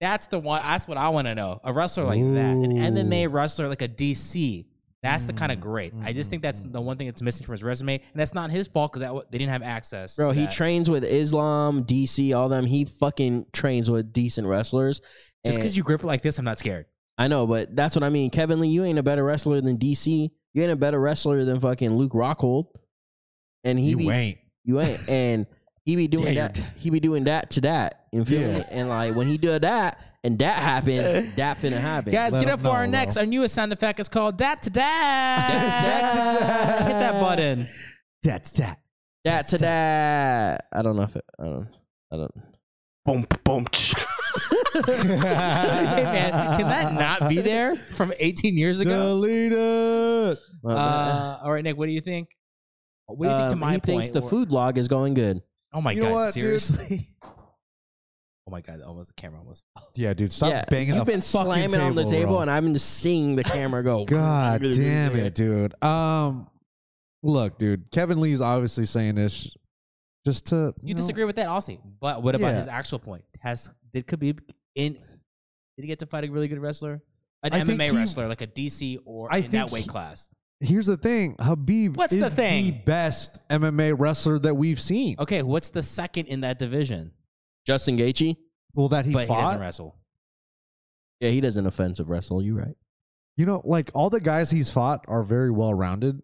Speaker 4: that's the one. That's what I want to know. A wrestler like that, an
Speaker 5: Ooh.
Speaker 4: MMA wrestler like a DC. That's the kind of
Speaker 5: Mm,
Speaker 4: great. I just
Speaker 5: mm,
Speaker 4: think that's
Speaker 5: mm.
Speaker 4: the one thing that's missing from his resume, and that's not his fault because they didn't have access.
Speaker 3: Bro,
Speaker 4: to
Speaker 3: he
Speaker 4: that.
Speaker 3: trains with Islam, DC, all them. He fucking trains with decent wrestlers.
Speaker 4: just
Speaker 3: And-
Speaker 4: because you grip it like this, I'm not scared.
Speaker 3: I know, but that's what I mean. Kevin Lee, you ain't a better wrestler than DC. You ain't a better wrestler than fucking Luke Rockhold. And he be,
Speaker 4: ain't.
Speaker 3: you ain't, and he be doing
Speaker 4: Yeah,
Speaker 3: that. He be doing that to that. You feel me? And like when he do that, and that happens, that finna happen.
Speaker 4: Guys,
Speaker 5: Let
Speaker 4: get
Speaker 5: him
Speaker 4: up for our
Speaker 5: know,
Speaker 4: next.
Speaker 5: bro.
Speaker 4: Our newest sound effect is called Dat to Dat.
Speaker 3: Dat to Dat.
Speaker 4: Hit that button. Dat to Dat.
Speaker 3: that to that. I don't know if it, I don't. I don't.
Speaker 1: Boom, boom.
Speaker 4: hey man, can that not be there from 18 years ago?
Speaker 5: Delete it.
Speaker 3: Well, that-
Speaker 4: Uh, all right, Nick, what do you think? What do you think to
Speaker 3: um,
Speaker 4: my
Speaker 3: he thinks
Speaker 4: point
Speaker 3: the
Speaker 4: or-
Speaker 3: food log is going good.
Speaker 4: Oh my
Speaker 5: You know
Speaker 4: god,
Speaker 5: what, dude?
Speaker 4: seriously. oh my god, almost the camera almost.
Speaker 5: Yeah, dude, stop
Speaker 3: yeah,
Speaker 5: banging.
Speaker 3: you've
Speaker 5: the fucking
Speaker 3: been slamming
Speaker 5: table,
Speaker 3: on the table,
Speaker 5: bro.
Speaker 3: and I've been just seeing the camera go.
Speaker 5: God damn it, dude. Um, look, dude. Kevin Lee's obviously saying this just to you,
Speaker 4: You,
Speaker 5: know,
Speaker 4: disagree with that, Aussie. But what about
Speaker 5: Yeah.
Speaker 4: his actual point? Has did Khabib in did he get to fight a really good wrestler? An
Speaker 5: I think
Speaker 4: MMA
Speaker 5: he-
Speaker 4: wrestler, like a DC or
Speaker 5: I
Speaker 4: in that
Speaker 5: think
Speaker 4: weight
Speaker 5: he-
Speaker 4: class.
Speaker 5: Here's the thing, Habib.
Speaker 4: What's
Speaker 5: is
Speaker 4: the thing?
Speaker 5: best MMA wrestler that we've seen.
Speaker 4: Okay, what's the second in that division?
Speaker 3: Justin Gaethje.
Speaker 5: Well, that he
Speaker 4: but he
Speaker 5: fought.
Speaker 4: doesn't wrestle.
Speaker 3: Yeah, he doesn't offensive wrestle. You right?
Speaker 5: you know, like all the guys he's fought are very well rounded.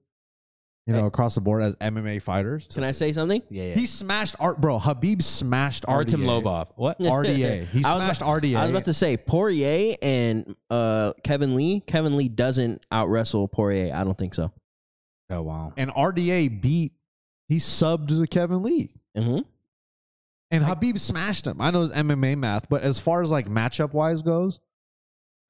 Speaker 5: You know, across the board as MMA fighters.
Speaker 3: Can I say something?
Speaker 4: Yeah, yeah.
Speaker 5: He smashed Art, bro. Habib smashed
Speaker 4: Artem
Speaker 5: RDA.
Speaker 4: Lobov. What?
Speaker 5: RDA. He
Speaker 3: I was
Speaker 5: smashed RDA.
Speaker 3: I was about to say Poirier and uh, Kevin Lee. Kevin Lee doesn't out wrestle Poirier. I don't think so.
Speaker 4: Oh wow.
Speaker 5: and RDA beat. He subbed to Kevin Lee.
Speaker 3: Mm-hmm.
Speaker 5: And Habib smashed him. I know it's MMA math, but as far as like matchup wise goes,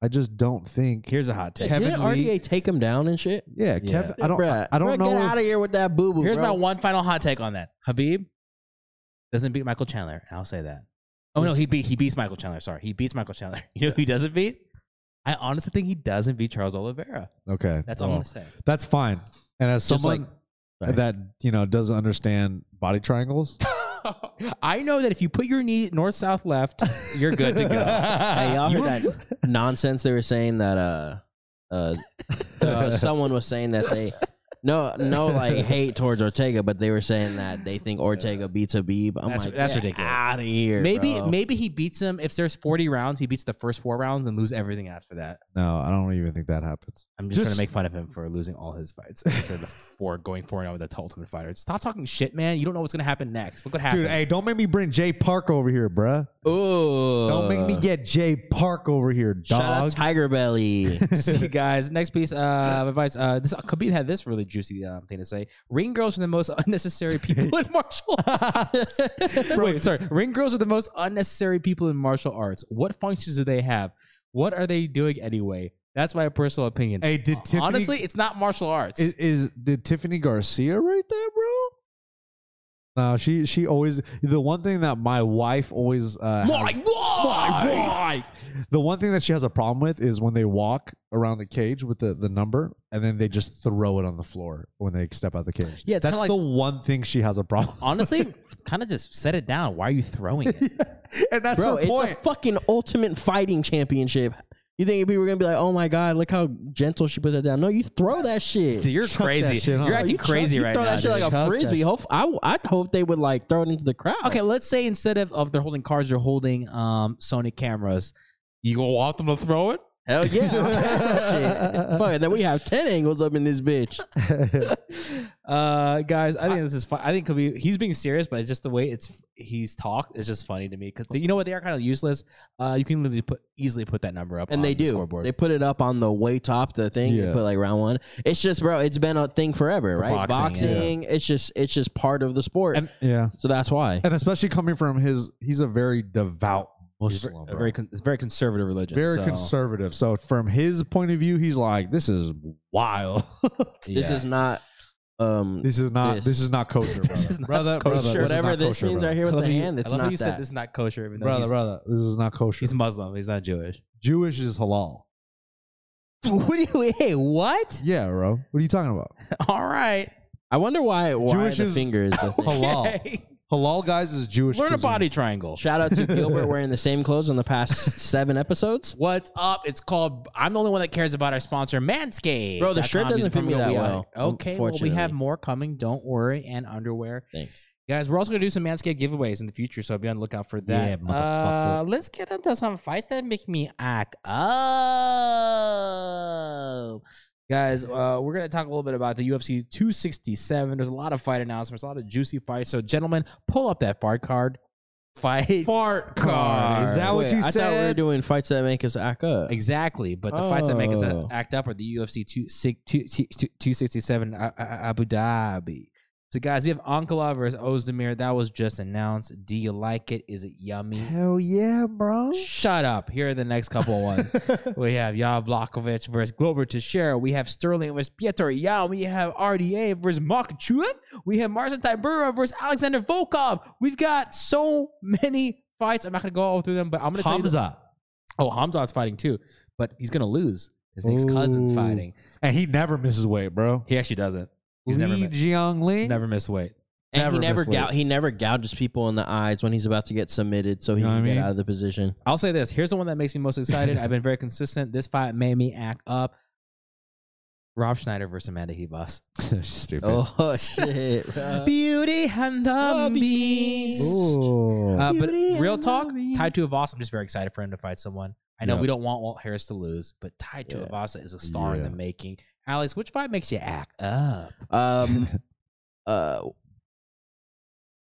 Speaker 5: I just don't think.
Speaker 4: Here's a hot take.
Speaker 5: Kevin
Speaker 3: Didn't
Speaker 5: Lee-
Speaker 3: RDA take him down and shit?
Speaker 5: Yeah, Kevin. I don't.
Speaker 3: Bruh,
Speaker 5: I don't
Speaker 3: bruh,
Speaker 5: know.
Speaker 3: Get
Speaker 5: if-
Speaker 3: out of here with that boo boo.
Speaker 4: Here's my
Speaker 3: bro.
Speaker 4: one final hot take on that. Habib doesn't beat Michael Chandler, and I'll say that. Oh no,
Speaker 5: Who's-
Speaker 4: he beat he beats Michael Chandler. Sorry, he beats Michael Chandler. You know who he doesn't beat? I honestly think he doesn't beat Charles Oliveira.
Speaker 5: Okay,
Speaker 4: That's all
Speaker 5: well,
Speaker 4: I'm gonna say.
Speaker 5: That's fine. And as
Speaker 3: Just
Speaker 5: someone
Speaker 3: like-
Speaker 5: that you know doesn't understand body triangles,
Speaker 4: I know that if you put your knee north, south, left, you're good to go.
Speaker 3: Hey, y'all
Speaker 4: You-
Speaker 3: heard that nonsense they were saying that uh uh, uh, someone was saying that they no no like hate towards Ortega, but they were saying that they think Ortega beats Habib. I'm
Speaker 4: That's-
Speaker 3: like
Speaker 4: that's
Speaker 3: get
Speaker 4: ridiculous.
Speaker 3: Out of here.
Speaker 4: Maybe
Speaker 3: bro.
Speaker 4: maybe he beats him if there's 40 rounds. He beats the first four rounds and lose everything after that.
Speaker 5: no, I don't even think that happens.
Speaker 4: I'm just,
Speaker 5: Just-
Speaker 4: gonna make fun of him for losing all his fights after the four going four now with the Ultimate Fighter. Stop talking shit, man. You don't know what's gonna happen next. Look what happened.
Speaker 5: Dude, hey, don't make me bring Jay Park over here, bruh.
Speaker 3: Ooh.
Speaker 5: Don't make me get Jay Park over here,
Speaker 3: Shout out
Speaker 5: dog.
Speaker 3: Tiger Belly.
Speaker 4: See you guys. Next piece uh, of advice. Uh, this Khabib had this really juicy um, thing to say. Ring girls are the most unnecessary people in martial arts. Wait, sorry. Ring girls are the most unnecessary people in martial arts. What functions do they have? What are they doing anyway? That's my personal opinion.
Speaker 5: Hey, did Tiffany
Speaker 4: Honestly, it's not martial arts.
Speaker 5: is, is did Tiffany Garcia right there, bro? No, she she always the one thing that my wife always uh, has-
Speaker 3: why?
Speaker 5: the one thing that she has a problem with is when they walk around the cage with the, the number and then they just throw it on the floor when they step out the cage.
Speaker 4: Yeah, it's
Speaker 5: that's
Speaker 4: kinda like-
Speaker 5: the one thing she has a problem.
Speaker 4: Honestly, kind of just set it down. Why are you throwing it?
Speaker 5: and that's
Speaker 3: Bro,
Speaker 5: her
Speaker 3: it's
Speaker 5: point.
Speaker 3: a fucking ultimate fighting championship. You think people are gonna be like, "Oh my god, look how gentle she put that down"? No, you throw that shit.
Speaker 4: Dude, you're
Speaker 5: Chuck that
Speaker 4: crazy.
Speaker 5: shit, huh?
Speaker 4: You're
Speaker 5: Oh,
Speaker 4: acting
Speaker 3: you chuck-
Speaker 4: crazy
Speaker 3: you
Speaker 4: right
Speaker 3: throw
Speaker 4: now.
Speaker 3: that shit
Speaker 4: dude.
Speaker 3: like
Speaker 5: Chuck
Speaker 3: a
Speaker 5: that
Speaker 3: frisbee.
Speaker 5: shit.
Speaker 3: Hope I I hope they would like throw it into the crowd.
Speaker 4: Okay, let's say instead of, of they're holding cards, you're holding um, Sony cameras. You gonna want them to throw it?
Speaker 3: hell yeah, I'll pass that shit. Fuck, it, then we have ten angles up in this bitch.
Speaker 4: uh, guys, I think this is fun. I think Khabib, he's being serious, but it's just the way it's he's talked is just funny to me because you know what they are kind of useless. Uh, you can literally put easily put that number up,
Speaker 3: And
Speaker 4: on
Speaker 3: they
Speaker 4: the
Speaker 3: do.
Speaker 4: scoreboard.
Speaker 3: They put it up on the way top the thing. They
Speaker 5: Yeah.
Speaker 3: put like round one. It's just, bro. It's been a thing forever,
Speaker 4: For
Speaker 3: right?
Speaker 4: boxing, yeah.
Speaker 3: It's just, it's just part of the sport.
Speaker 4: And-
Speaker 5: yeah.
Speaker 3: so that's why.
Speaker 5: And especially coming from his he's a very devout
Speaker 4: It's
Speaker 5: Muslim.
Speaker 4: ver-
Speaker 5: bro.
Speaker 4: very con- it's very conservative religion.
Speaker 5: very
Speaker 4: so,
Speaker 5: conservative. So from his point of view, he's like, This is wild.
Speaker 3: This
Speaker 4: yeah.
Speaker 3: is not. Um,
Speaker 5: this is not
Speaker 3: This.
Speaker 5: this, is not kosher, brother.
Speaker 4: This is not
Speaker 5: brother,
Speaker 4: kosher.
Speaker 5: brother, this is
Speaker 3: whatever
Speaker 5: not
Speaker 3: this
Speaker 5: kosher,
Speaker 3: means
Speaker 5: brother.
Speaker 3: right here
Speaker 4: I
Speaker 3: with
Speaker 4: love
Speaker 3: the
Speaker 4: how you-
Speaker 3: hand. It's
Speaker 4: I love how
Speaker 3: not
Speaker 4: you
Speaker 3: that.
Speaker 4: said this is not kosher, even though
Speaker 5: Brother,
Speaker 4: he's,
Speaker 5: brother, this is not kosher.
Speaker 4: he's Muslim. He's not Jewish.
Speaker 5: Jewish is halal.
Speaker 4: what do you? Hey, what?
Speaker 5: Yeah, bro. What are you talking about?
Speaker 4: All right.
Speaker 3: I wonder why. Why
Speaker 5: Jewish
Speaker 3: the
Speaker 5: is-
Speaker 3: finger is a thing.
Speaker 5: Halal. Halal guys is Jewish.
Speaker 4: Learn a
Speaker 5: cuisine.
Speaker 4: body triangle.
Speaker 3: Shout out to Gilbert wearing the same clothes on the past seven episodes.
Speaker 4: What's up? It's called. I'm the only one that cares about our sponsor, Manscaped.
Speaker 3: Bro, the shirt
Speaker 4: Use
Speaker 3: doesn't fit me
Speaker 4: promo
Speaker 3: that
Speaker 4: code
Speaker 3: well,
Speaker 4: WeOut. Okay, well, we have
Speaker 3: unfortunately.
Speaker 4: more coming. Don't worry, and underwear,
Speaker 3: Thanks.
Speaker 4: guys. We're also gonna do some Manscaped giveaways in the future, so be on the lookout for that.
Speaker 5: Yeah, motherfucker.
Speaker 4: Uh, let's get into some fights that make me act up. Guys, uh, we're going to talk a little bit about the UFC 267. There's a lot of fight announcements, a lot of juicy fights. So, gentlemen, pull up that fart card. Fight.
Speaker 5: Fart
Speaker 4: card.
Speaker 5: Is that what
Speaker 3: Wait,
Speaker 5: you
Speaker 3: I thought we were
Speaker 5: said?
Speaker 3: doing fights that make us act up.
Speaker 4: Exactly, but the fights that make us uh,
Speaker 3: Oh.
Speaker 4: act up are the UFC two, six, two, six- two, 267 uh, uh, Abu Dhabi. So, guys, we have Ankala versus Ozdemir. That was just announced. Do you like it? Is it yummy?
Speaker 5: Hell yeah, bro.
Speaker 4: Shut up. Here are the next couple ones. we have Jan Blakovic versus Glover Teixeira. We have Sterling versus Piotr Yan. We have RDA versus Mark Chuev. We have Marcin Tybura versus Alexander Volkov. We've got so many fights. I'm not going to go all through them, but I'm going to tell you. the-
Speaker 5: Hamza.
Speaker 4: Oh, Hamzat's fighting too, but he's gonna lose. His next cousin's
Speaker 5: Ooh.
Speaker 4: fighting.
Speaker 5: And he never misses weight, bro.
Speaker 4: He actually doesn't. He's
Speaker 5: Lee
Speaker 4: never mi-
Speaker 5: Jiang Lee.
Speaker 4: never miss weight.
Speaker 3: And he
Speaker 5: Never
Speaker 3: never
Speaker 5: miss weight.
Speaker 3: gou- he never gouges people in the eyes when he's about to get submitted, so he
Speaker 5: You know
Speaker 3: can
Speaker 5: what I
Speaker 3: get
Speaker 5: mean?
Speaker 3: out of the position.
Speaker 4: I'll say this. Here's the one that makes me most excited. I've been very consistent. This fight made me act up. Rob Schneider versus Amanda Hebos.
Speaker 5: Stupid.
Speaker 3: Oh shit! bro.
Speaker 4: Beauty and the
Speaker 3: Oh,
Speaker 4: Beast.
Speaker 5: Ooh.
Speaker 4: Uh, but
Speaker 3: Beauty and
Speaker 4: real
Speaker 3: the
Speaker 4: talk,
Speaker 3: Beast.
Speaker 4: Ty Tuivasa, I'm just very excited for him to fight someone. I know
Speaker 5: Yeah.
Speaker 4: we don't want Walt Harris to lose, but Ty
Speaker 3: Yeah.
Speaker 4: Tuivasa is a star in
Speaker 5: Yeah.
Speaker 4: the making. Alex, which fight makes you act up?
Speaker 3: Um, uh,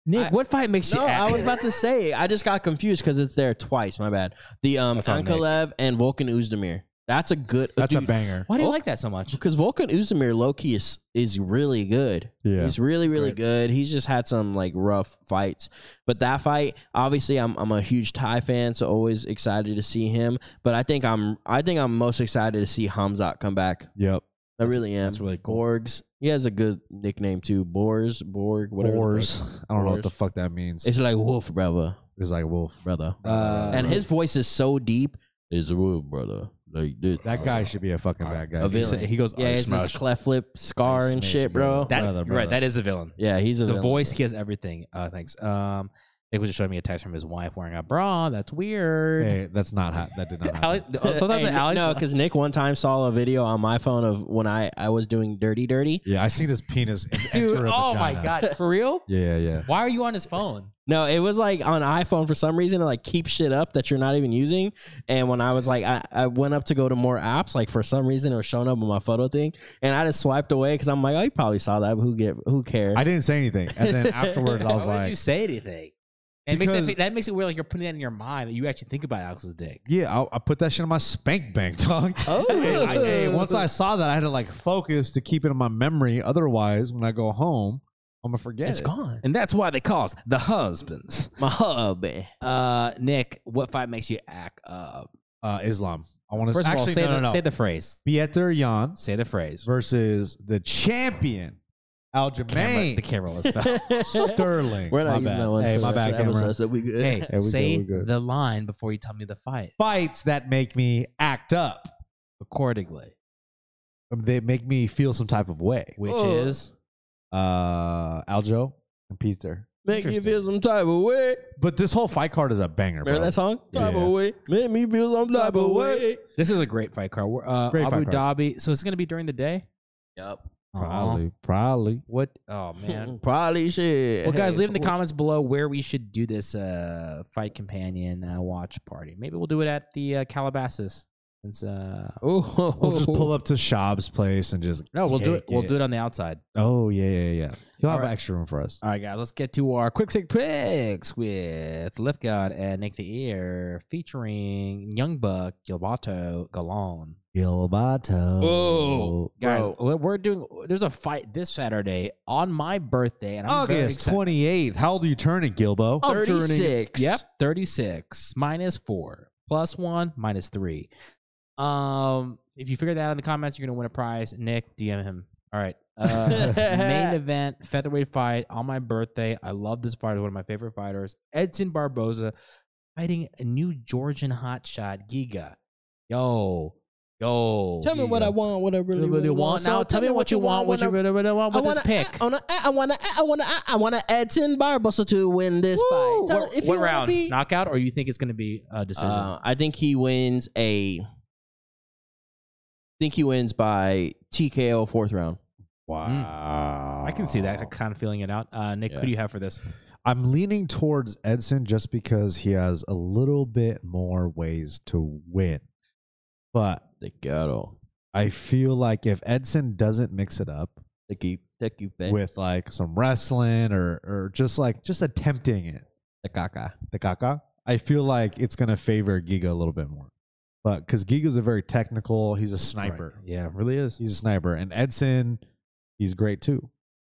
Speaker 4: Nick,
Speaker 3: I-
Speaker 4: what fight makes
Speaker 3: no,
Speaker 4: you act
Speaker 3: I was about to say I just got confused because it's there twice. My bad. The um
Speaker 4: That's on Nick.
Speaker 3: Ankalev and Volkan Uzdemir. That's a good.
Speaker 5: That's a
Speaker 3: dude,
Speaker 5: banger.
Speaker 4: Why do you
Speaker 3: Oh.
Speaker 4: like that so much?
Speaker 3: because Volkan Uzdemir low key is is really good.
Speaker 5: Yeah.
Speaker 3: He's really,
Speaker 4: He's
Speaker 3: really
Speaker 4: great.
Speaker 3: good. He's just had some like rough fights. But that fight, obviously I'm I'm a huge Thai fan, so always excited to see him. But I think I'm I think I'm most excited to see Hamzat come back.
Speaker 5: Yep.
Speaker 3: I
Speaker 4: That's-
Speaker 3: really am.
Speaker 4: that's really cool.
Speaker 3: Borgs. He has a good nickname too. Bors, Borg, whatever. the fuck.
Speaker 5: Boars. I don't know what the
Speaker 3: Boars.
Speaker 5: fuck that means.
Speaker 3: It's like Wolf, brother.
Speaker 5: is like Wolf.
Speaker 3: brother.
Speaker 1: Uh,
Speaker 3: and his voice is so deep. Is a room, brother. Like this.
Speaker 5: That guy should be a fucking bad guy.
Speaker 3: A
Speaker 4: He,
Speaker 3: villain.
Speaker 4: said- he goes,
Speaker 3: Yeah,
Speaker 4: "I
Speaker 3: it's his
Speaker 4: smashed."
Speaker 3: cleft lip scar and
Speaker 5: Smash,
Speaker 3: shit, bro.
Speaker 4: That,
Speaker 5: brother,
Speaker 4: you're right.
Speaker 5: brother.
Speaker 4: That is a villain.
Speaker 3: yeah, he's a
Speaker 4: the
Speaker 3: villain.
Speaker 4: voice, he has everything. Uh, thanks. Um, Nick was just showing me a text from his wife wearing a bra. That's weird.
Speaker 5: Hey, that's not hot. That did not happen.
Speaker 4: Ali- oh, sometimes
Speaker 3: Hey,
Speaker 4: Alex,
Speaker 3: no, because Nick one time saw a video on my phone of when I I was doing dirty, dirty.
Speaker 5: Yeah, I seen his penis. en-
Speaker 4: dude,
Speaker 5: enter a
Speaker 4: oh my
Speaker 5: vagina.
Speaker 4: god, for real?
Speaker 5: Yeah, yeah.
Speaker 4: Why are you on his phone?
Speaker 3: No, it was like on iPhone for some reason it like keeps shit up that you're not even using. And when I was like, I, I went up to go to more apps, like for some reason it was showing up on my photo thing, and I just swiped away because I'm like, oh, you probably saw that. But who get who cares?
Speaker 5: I didn't say anything, and then afterwards I
Speaker 4: Why
Speaker 5: was
Speaker 4: would
Speaker 5: like,
Speaker 4: you say anything? And it makes
Speaker 5: Because-
Speaker 4: it, that makes it weird, like you're putting that in your mind that you actually think about Alex's dick.
Speaker 5: "Yeah, I, I put that shit in my spank bank, dog."
Speaker 3: oh,
Speaker 5: Hey, I- hey, once I saw that, I had to like focus to keep it in my memory. Otherwise, when I go home, I'm gonna forget.
Speaker 3: it's
Speaker 5: it.
Speaker 3: gone.
Speaker 4: And that's why they call us the husbands.
Speaker 3: My oh, hubby.
Speaker 4: Uh, Nick, what fight makes you act up?
Speaker 5: Uh, Islam. I want to
Speaker 4: First of all,
Speaker 5: actually
Speaker 4: say,
Speaker 5: no,
Speaker 4: the,
Speaker 5: no, no.
Speaker 4: say the phrase.
Speaker 5: Pieter Jan
Speaker 4: Say the phrase.
Speaker 5: versus the champion
Speaker 4: Camera,
Speaker 5: Aljamain
Speaker 4: the camera was fell.
Speaker 5: Sterling.
Speaker 3: We're
Speaker 5: my
Speaker 3: not using
Speaker 5: bad.
Speaker 3: that one.
Speaker 5: Hey,
Speaker 3: for
Speaker 5: my
Speaker 3: the rest
Speaker 5: bad,
Speaker 3: of the
Speaker 5: camera.
Speaker 3: episode, so we good.
Speaker 4: Hey,
Speaker 5: we good,
Speaker 4: say
Speaker 5: we good.
Speaker 4: the line before you tell me the fight
Speaker 5: Fights that make me act up. Um,
Speaker 4: accordingly,
Speaker 5: They make me feel some type of way.
Speaker 4: which
Speaker 3: Oh.
Speaker 4: is
Speaker 5: Uh, Aljo and Peter.
Speaker 3: Make me
Speaker 4: Interesting.
Speaker 3: feel some type of way.
Speaker 5: But this whole fight card is a banger.
Speaker 3: Remember
Speaker 5: bro.
Speaker 3: that song? Type
Speaker 5: Yeah.
Speaker 3: of way. Make me feel some type of way.
Speaker 4: this is a great fight card. We're, Uh,
Speaker 5: Great
Speaker 4: Abu
Speaker 5: fight card.
Speaker 4: Dhabi. So it's going to be during the day.
Speaker 3: Yep.
Speaker 4: Aw.
Speaker 5: Probably, probably.
Speaker 4: What? Oh man.
Speaker 3: Hmm, Probably shit.
Speaker 4: Well, guys,
Speaker 3: Hey,
Speaker 4: leave in the
Speaker 3: what-
Speaker 4: comments below where we should do this uh, fight companion uh, watch party. Maybe we'll do it at the uh, Calabasas. Since, uh,
Speaker 3: Oh,
Speaker 5: We'll just pull up to Shab's place and just
Speaker 4: no, we'll do it.
Speaker 5: kick
Speaker 4: We'll do it on the outside.
Speaker 5: Oh yeah, yeah, yeah. He'll have
Speaker 4: Alright.
Speaker 5: extra room for us.
Speaker 4: All right, guys, let's get to our quick pick picks with Left God and Nick the Ear featuring Young Buck, Gilbato, Galon.
Speaker 5: Gilbato.
Speaker 4: Oh, Guys,
Speaker 3: Bro.
Speaker 4: we're- we're doing. There's a fight this Saturday on my birthday, and I'm very
Speaker 5: August
Speaker 4: excited.
Speaker 5: twenty eighth. How old are you turning, Gilbo?
Speaker 4: Oh,
Speaker 3: I'm turning- 36.
Speaker 4: Yep, 36 minus 4 plus 1 minus 3. Um if you figure that out in the comments you're going to win a prize. Nick DM him. All right. Uh, main event featherweight fight on my birthday. I love this fight. One of my favorite fighters, Edson Barboza fighting a new Georgian hotshot Giga. Yo. Yo.
Speaker 3: Tell me what I want, what I really,
Speaker 4: Really,
Speaker 3: really,
Speaker 4: want. Now tell me what you want, what you really, really want
Speaker 3: I
Speaker 4: with this
Speaker 3: wanna,
Speaker 4: pick.
Speaker 3: I wanna, I wanna, I wanna, I wanna add ten Barbosa to win this
Speaker 4: Woo!
Speaker 3: fight. Tell,
Speaker 4: what
Speaker 3: if
Speaker 4: what
Speaker 3: you wanna
Speaker 4: round?
Speaker 3: Be,
Speaker 4: Knockout or you think it's going to be a decision?
Speaker 3: uh, I think he wins a. I think he wins by TKO fourth round.
Speaker 5: Wow.
Speaker 4: Hmm, I can see that. I'm kind of feeling it out. Uh, Nick, who
Speaker 3: Yeah.
Speaker 4: do you have for this?
Speaker 5: I'm leaning towards Edson just because he has a little bit more ways to win. But
Speaker 3: The ghetto.
Speaker 5: I feel like if Edson doesn't mix it up
Speaker 3: Thank you. Thank you, babe.
Speaker 5: with like some wrestling or or just like just attempting it,
Speaker 3: the caca.
Speaker 5: the Kaka, I feel like it's gonna favor Giga a little bit more. But because Giga's a very technical, he's a sniper.
Speaker 4: Yeah, really is.
Speaker 5: He's a sniper. And Edson, he's great too.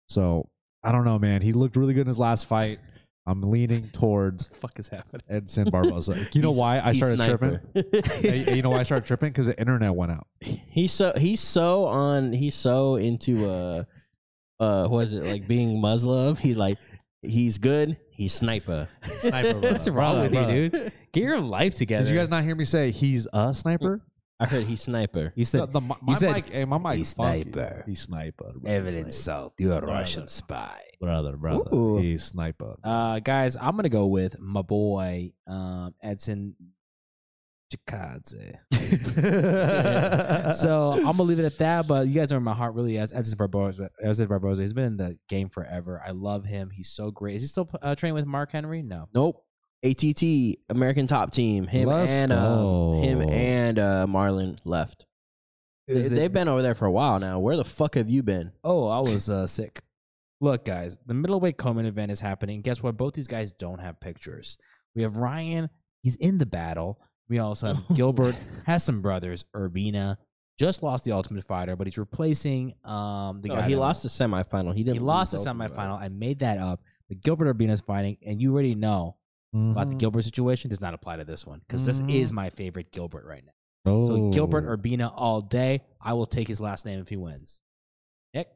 Speaker 5: So I don't know, man. He looked really good in his last fight. I'm leaning towards
Speaker 4: The fuck is happening?
Speaker 5: Edson Barboza. You know
Speaker 3: He's-
Speaker 5: why I
Speaker 3: He's
Speaker 5: started tripping?
Speaker 3: sniper.
Speaker 5: Hey, you know why I started tripping? Because the internet went out.
Speaker 3: he's so he's so on he's so into uh uh what is it like being Muslim. He like he's good. He's sniper.
Speaker 5: Sniper, brother.
Speaker 4: What's wrong
Speaker 5: Brother,
Speaker 4: with you, dude? Get your life together.
Speaker 5: Did you guys not hear me say he's a sniper?
Speaker 3: I heard he's sniper.
Speaker 4: You said
Speaker 5: The- the mi- my
Speaker 4: said
Speaker 5: mic, hey, my mic
Speaker 4: he's
Speaker 5: funky.
Speaker 4: sniper.
Speaker 5: He's sniper. brother.
Speaker 4: evidence salt. You're a
Speaker 5: Brother.
Speaker 4: Russian spy.
Speaker 5: Brother, brother.
Speaker 3: Ooh.
Speaker 5: He's sniper.
Speaker 4: Uh, guys, I'm gonna go with my boy um, Edson Chikadze.
Speaker 5: Uh,
Speaker 4: so I'm gonna leave it at that. But you guys know where my heart really is. Edson Barboza. Edson Barboza. He's been in the game forever. I love him. He's so great. Is he still uh, training with Mark Henry? No.
Speaker 3: Nope. ATT American Top Team. Him
Speaker 5: Let's
Speaker 3: and uh,
Speaker 5: go.
Speaker 3: him and uh, Marlon left.
Speaker 4: Is
Speaker 3: They-
Speaker 4: it-
Speaker 3: They've been over there for a while now. Where the fuck have you been?
Speaker 4: Oh, I was uh, sick. Look, guys, the middleweight Komen event is happening. Guess what? Both these guys don't have pictures. We have Ryan, he's in the battle. We also have Gilbert, has some brothers, Urbina, just lost the Ultimate Fighter, but he's replacing um the
Speaker 3: No,
Speaker 4: guy.
Speaker 3: Oh, he
Speaker 4: that-
Speaker 3: lost the semifinal. He didn't.
Speaker 4: He lost the
Speaker 3: lose open,
Speaker 4: semifinal. I made that up. But Gilbert Urbina's fighting, and you already know about the
Speaker 3: Mm-hmm.
Speaker 5: Mhm.
Speaker 4: Gilbert situation does not apply to this one because
Speaker 5: Mhm.
Speaker 4: this is my favorite Gilbert right now. So
Speaker 5: Oh.
Speaker 4: Gilbert
Speaker 3: Oh.
Speaker 4: Urbina all day. I will take his last name if he wins. Nick,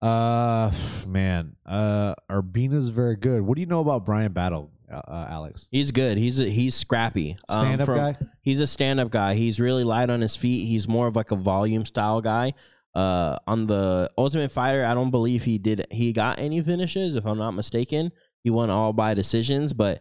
Speaker 5: Uh, man. Uh, Urbina's very good. What do you know about Brian Battle? uh, uh, Alex.
Speaker 3: He's good. He's a, he's scrappy. Um,
Speaker 5: Stand up
Speaker 3: from-
Speaker 5: guy.
Speaker 3: He's a stand-up guy. He's really light on his feet. He's more of like a volume style guy. Uh, on the Ultimate Fighter, I don't believe he did. He got any finishes, if I'm not mistaken. He won all by decisions, but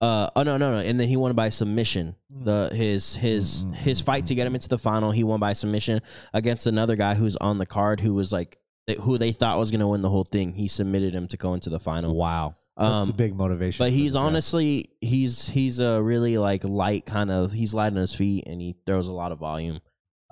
Speaker 3: uh, oh no, no, no, and then he won by submission.
Speaker 5: Hmm.
Speaker 3: The his his
Speaker 5: Mm, mm,
Speaker 3: his
Speaker 5: mm,
Speaker 3: fight to
Speaker 5: mm,
Speaker 3: get him into the final, he won by submission against another guy who's on the card who was like who they thought was gonna win the whole thing. He submitted him to go into the final.
Speaker 5: Wow, that's
Speaker 3: Um,
Speaker 5: a big motivation.
Speaker 3: but
Speaker 5: for
Speaker 3: he's
Speaker 5: this guy.
Speaker 3: honestly he's he's a really like light kind of he's light on his feet and he throws a lot of volume.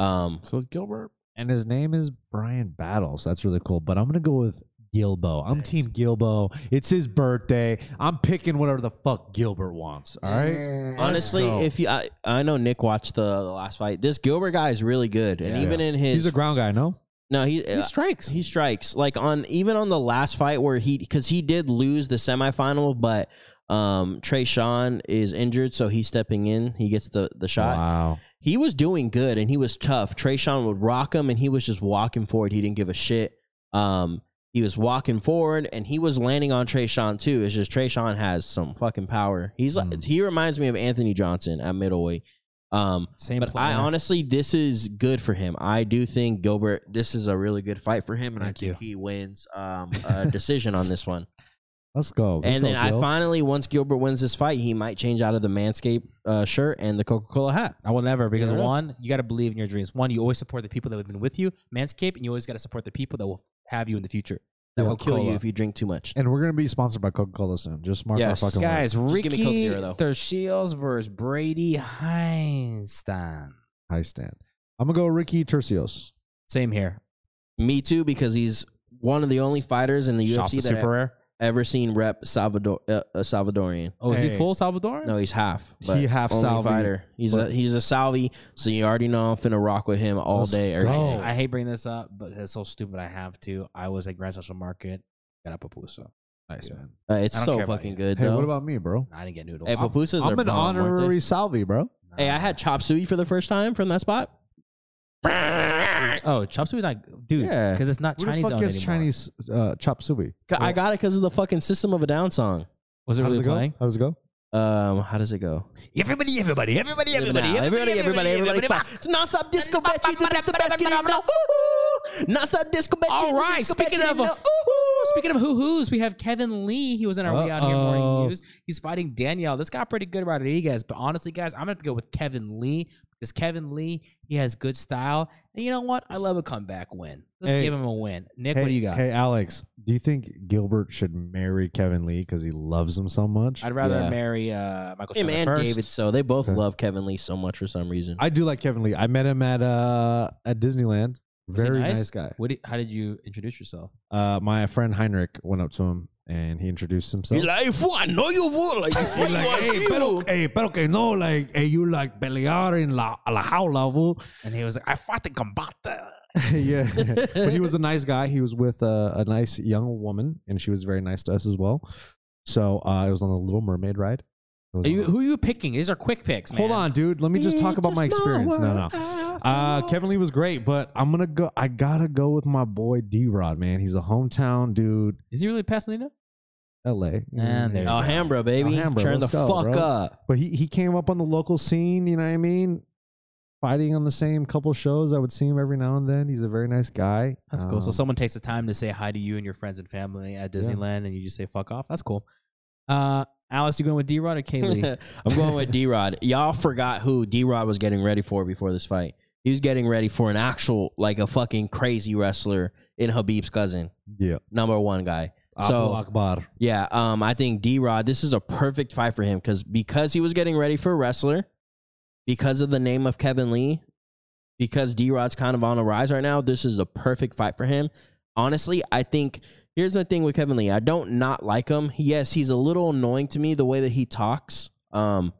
Speaker 3: Um
Speaker 4: So is Gilbert.
Speaker 5: and his name is Brian Battle, so that's really cool. But I'm gonna go with Gilbo. I'm Team Gilbo. It's his birthday. I'm picking whatever the fuck Gilbert wants. All right.
Speaker 3: honestly
Speaker 5: go.
Speaker 3: if you I, I know Nick watched the, the last fight. This Gilbert guy is really good and
Speaker 5: Yeah.
Speaker 3: even in his
Speaker 5: He's a ground guy, no?
Speaker 3: no he uh,
Speaker 4: He strikes.
Speaker 3: He strikes like on even on the last fight where he because he did lose the semifinal, but um Trey Sean is injured, so he's stepping in. He gets the the shot.
Speaker 5: Wow.
Speaker 3: He was doing good and he was tough. Trey Sean would rock him, and he was just walking forward. He didn't give a shit. Um, he was walking forward and he was landing on Trey Sean too. It's just Trey Sean has some fucking power. He's
Speaker 4: Hmm.
Speaker 3: like
Speaker 5: Mm.
Speaker 3: he reminds me of Anthony Johnson at middleweight. Um,
Speaker 4: Same
Speaker 3: but I
Speaker 4: player.
Speaker 3: honestly, this is good for him. I do think Gilbert. This is a really good fight for him, and
Speaker 4: Thank
Speaker 3: I think he wins um, a decision on this one.
Speaker 5: Let's go. Let's
Speaker 3: and
Speaker 5: go,
Speaker 3: then I
Speaker 5: Gil.
Speaker 3: finally, once Gilbert wins this fight, he might change out of the Manscaped uh, shirt and the Coca Cola hat.
Speaker 4: I will never because
Speaker 3: Yeah.
Speaker 4: one, you got to believe in your dreams. One, you always support the people that have been with you, Manscaped, and you always got to support the people that will have you in the future.
Speaker 3: That will kill you
Speaker 4: Coca-Cola.
Speaker 3: if you drink too much.
Speaker 5: and we're gonna be sponsored by Coca Cola soon. Just mark
Speaker 3: Yes.
Speaker 5: our fucking words.
Speaker 4: Guys,
Speaker 3: Just give me Coke
Speaker 4: Ricky
Speaker 3: Zero, though.
Speaker 4: Tercios versus Brady Heinstein.
Speaker 5: High stand. I'm gonna go Ricky Tercios.
Speaker 4: Same here.
Speaker 3: Me too, because he's one of the only fighters in the
Speaker 4: Shops
Speaker 3: UFC
Speaker 4: are
Speaker 3: that
Speaker 4: super
Speaker 3: I've
Speaker 4: rare.
Speaker 3: ever seen rep Salvador uh, uh, Salvadorian.
Speaker 4: Oh, is
Speaker 5: Hey.
Speaker 4: he full Salvador?
Speaker 3: No, he's half. But
Speaker 5: He half
Speaker 3: only
Speaker 5: Salvi,
Speaker 3: fighter. He's a
Speaker 5: but-
Speaker 3: he's a Salvi, so you already know I'm finna rock with him all
Speaker 5: Let's
Speaker 3: day.
Speaker 5: go.
Speaker 3: Every day.
Speaker 4: I hate bringing this up, but it's so stupid. I have to. I was at Grand Central Market, got a pupusa.
Speaker 5: Nice
Speaker 4: Yeah.
Speaker 5: man.
Speaker 3: Uh, it's
Speaker 4: I don't
Speaker 3: so
Speaker 4: care about
Speaker 3: fucking
Speaker 4: you.
Speaker 3: good
Speaker 5: Hey,
Speaker 3: though.
Speaker 5: what about me, bro?
Speaker 4: I didn't get noodles.
Speaker 3: hey, pupusas
Speaker 5: I'm
Speaker 3: are
Speaker 5: an
Speaker 3: bomb, aren't they?
Speaker 5: honorary Salvi, bro.
Speaker 3: Hey, I had chop suey for the first time from that spot.
Speaker 4: Oh, chop suey, not dude,
Speaker 3: Yeah.
Speaker 4: because it's not
Speaker 5: Who
Speaker 4: Chinese
Speaker 5: the fuck
Speaker 4: owned
Speaker 5: gets
Speaker 4: anymore.
Speaker 5: Chinese uh, chop suey?
Speaker 3: I got it because of the fucking System of a Down song.
Speaker 4: Was it
Speaker 5: How does
Speaker 4: really
Speaker 5: it
Speaker 4: playing?
Speaker 5: go? How does it go?
Speaker 3: Um, how does it go?
Speaker 1: Everybody, everybody, everybody,
Speaker 3: Everybody, everybody, everybody, everybody, fuck. It's nonstop disco bet you think that's the best game in the- Ooh, ooh. Nonstop disco bet you
Speaker 4: All
Speaker 3: think
Speaker 4: right,
Speaker 3: disco bet
Speaker 4: speaking
Speaker 3: you
Speaker 4: of
Speaker 3: think
Speaker 4: a- Speaking of who who's, we have Kevin Lee. He was in our We Out Here
Speaker 5: Uh-oh.
Speaker 4: morning news. He's fighting Danielle. This got pretty good Rodriguez, but honestly, guys, I'm gonna have to go with Kevin Lee because Kevin Lee he has good style, and you know what? I love a comeback win. Let's
Speaker 5: Hey.
Speaker 4: give him a win. Nick, what do you got?
Speaker 5: Hey, Alex, do you think Gilbert should marry Kevin Lee because he loves him so much?
Speaker 4: I'd rather
Speaker 3: Yeah.
Speaker 4: marry uh, Michael
Speaker 3: Him
Speaker 4: Chandler
Speaker 3: and
Speaker 4: first.
Speaker 3: David, so they both
Speaker 5: Okay.
Speaker 3: love Kevin Lee so much for some reason.
Speaker 5: I do like Kevin Lee. I met him at uh at Disneyland.
Speaker 4: Was he
Speaker 5: Very
Speaker 4: nice?
Speaker 5: nice? guy.
Speaker 4: What? do- how did you introduce yourself?
Speaker 5: Uh, my friend Heinrich went up to him and he introduced himself.
Speaker 3: like, fool, I know you fool. Like, fool, you are you."
Speaker 5: hey, pero que no, like, hey, you like pelear in la, la how level.
Speaker 4: And he was like, "I fought the combate."
Speaker 5: yeah. but he was a nice guy. He was with a, a nice young woman and she was very nice to us as well. So uh, it was on the Little Mermaid ride. It was
Speaker 4: Are you,
Speaker 5: on-
Speaker 4: who are you picking? These are quick picks, man.
Speaker 5: Hold on, dude. Let me just talk about my
Speaker 3: It's a small
Speaker 5: experience. No, no.
Speaker 3: world
Speaker 5: Uh, Kevin Lee was great, but I'm gonna go. I gotta go with my boy D Rod, man. He's a hometown dude,
Speaker 4: Is he really Pasadena?
Speaker 5: L.A.
Speaker 4: And there you go.
Speaker 3: Alhambra, baby.
Speaker 5: Alhambra,
Speaker 3: Turn the
Speaker 5: let's go,
Speaker 3: fuck
Speaker 5: bro.
Speaker 3: up.
Speaker 5: But he he came up on the local scene. You know what I mean? Fighting on the same couple shows. I would see him every now and then. He's a very nice guy.
Speaker 4: That's cool. So
Speaker 5: Um,
Speaker 4: someone takes the time to say hi to you and your friends and family at Disneyland, and you just say "fuck off." That's cool. Uh, Alice, you going with D Rod or Kaylee?
Speaker 3: I'm going with D Rod. Y'all forgot who D Rod was getting ready for before this fight. He was getting ready for an actual, like a fucking crazy wrestler in Habib's cousin,
Speaker 5: yeah.
Speaker 3: number one guy.
Speaker 5: Abu Akbar.
Speaker 3: Yeah, um, I think D Rod, this is a perfect fight for him because because he was getting ready for a wrestler, because of the name of Kevin Lee, because D Rod's kind of on a rise right now, this is the perfect fight for him. Honestly, I think here's the thing with Kevin Lee. I don't not like him. Yes, he's a little annoying to me the way that he talks. Um,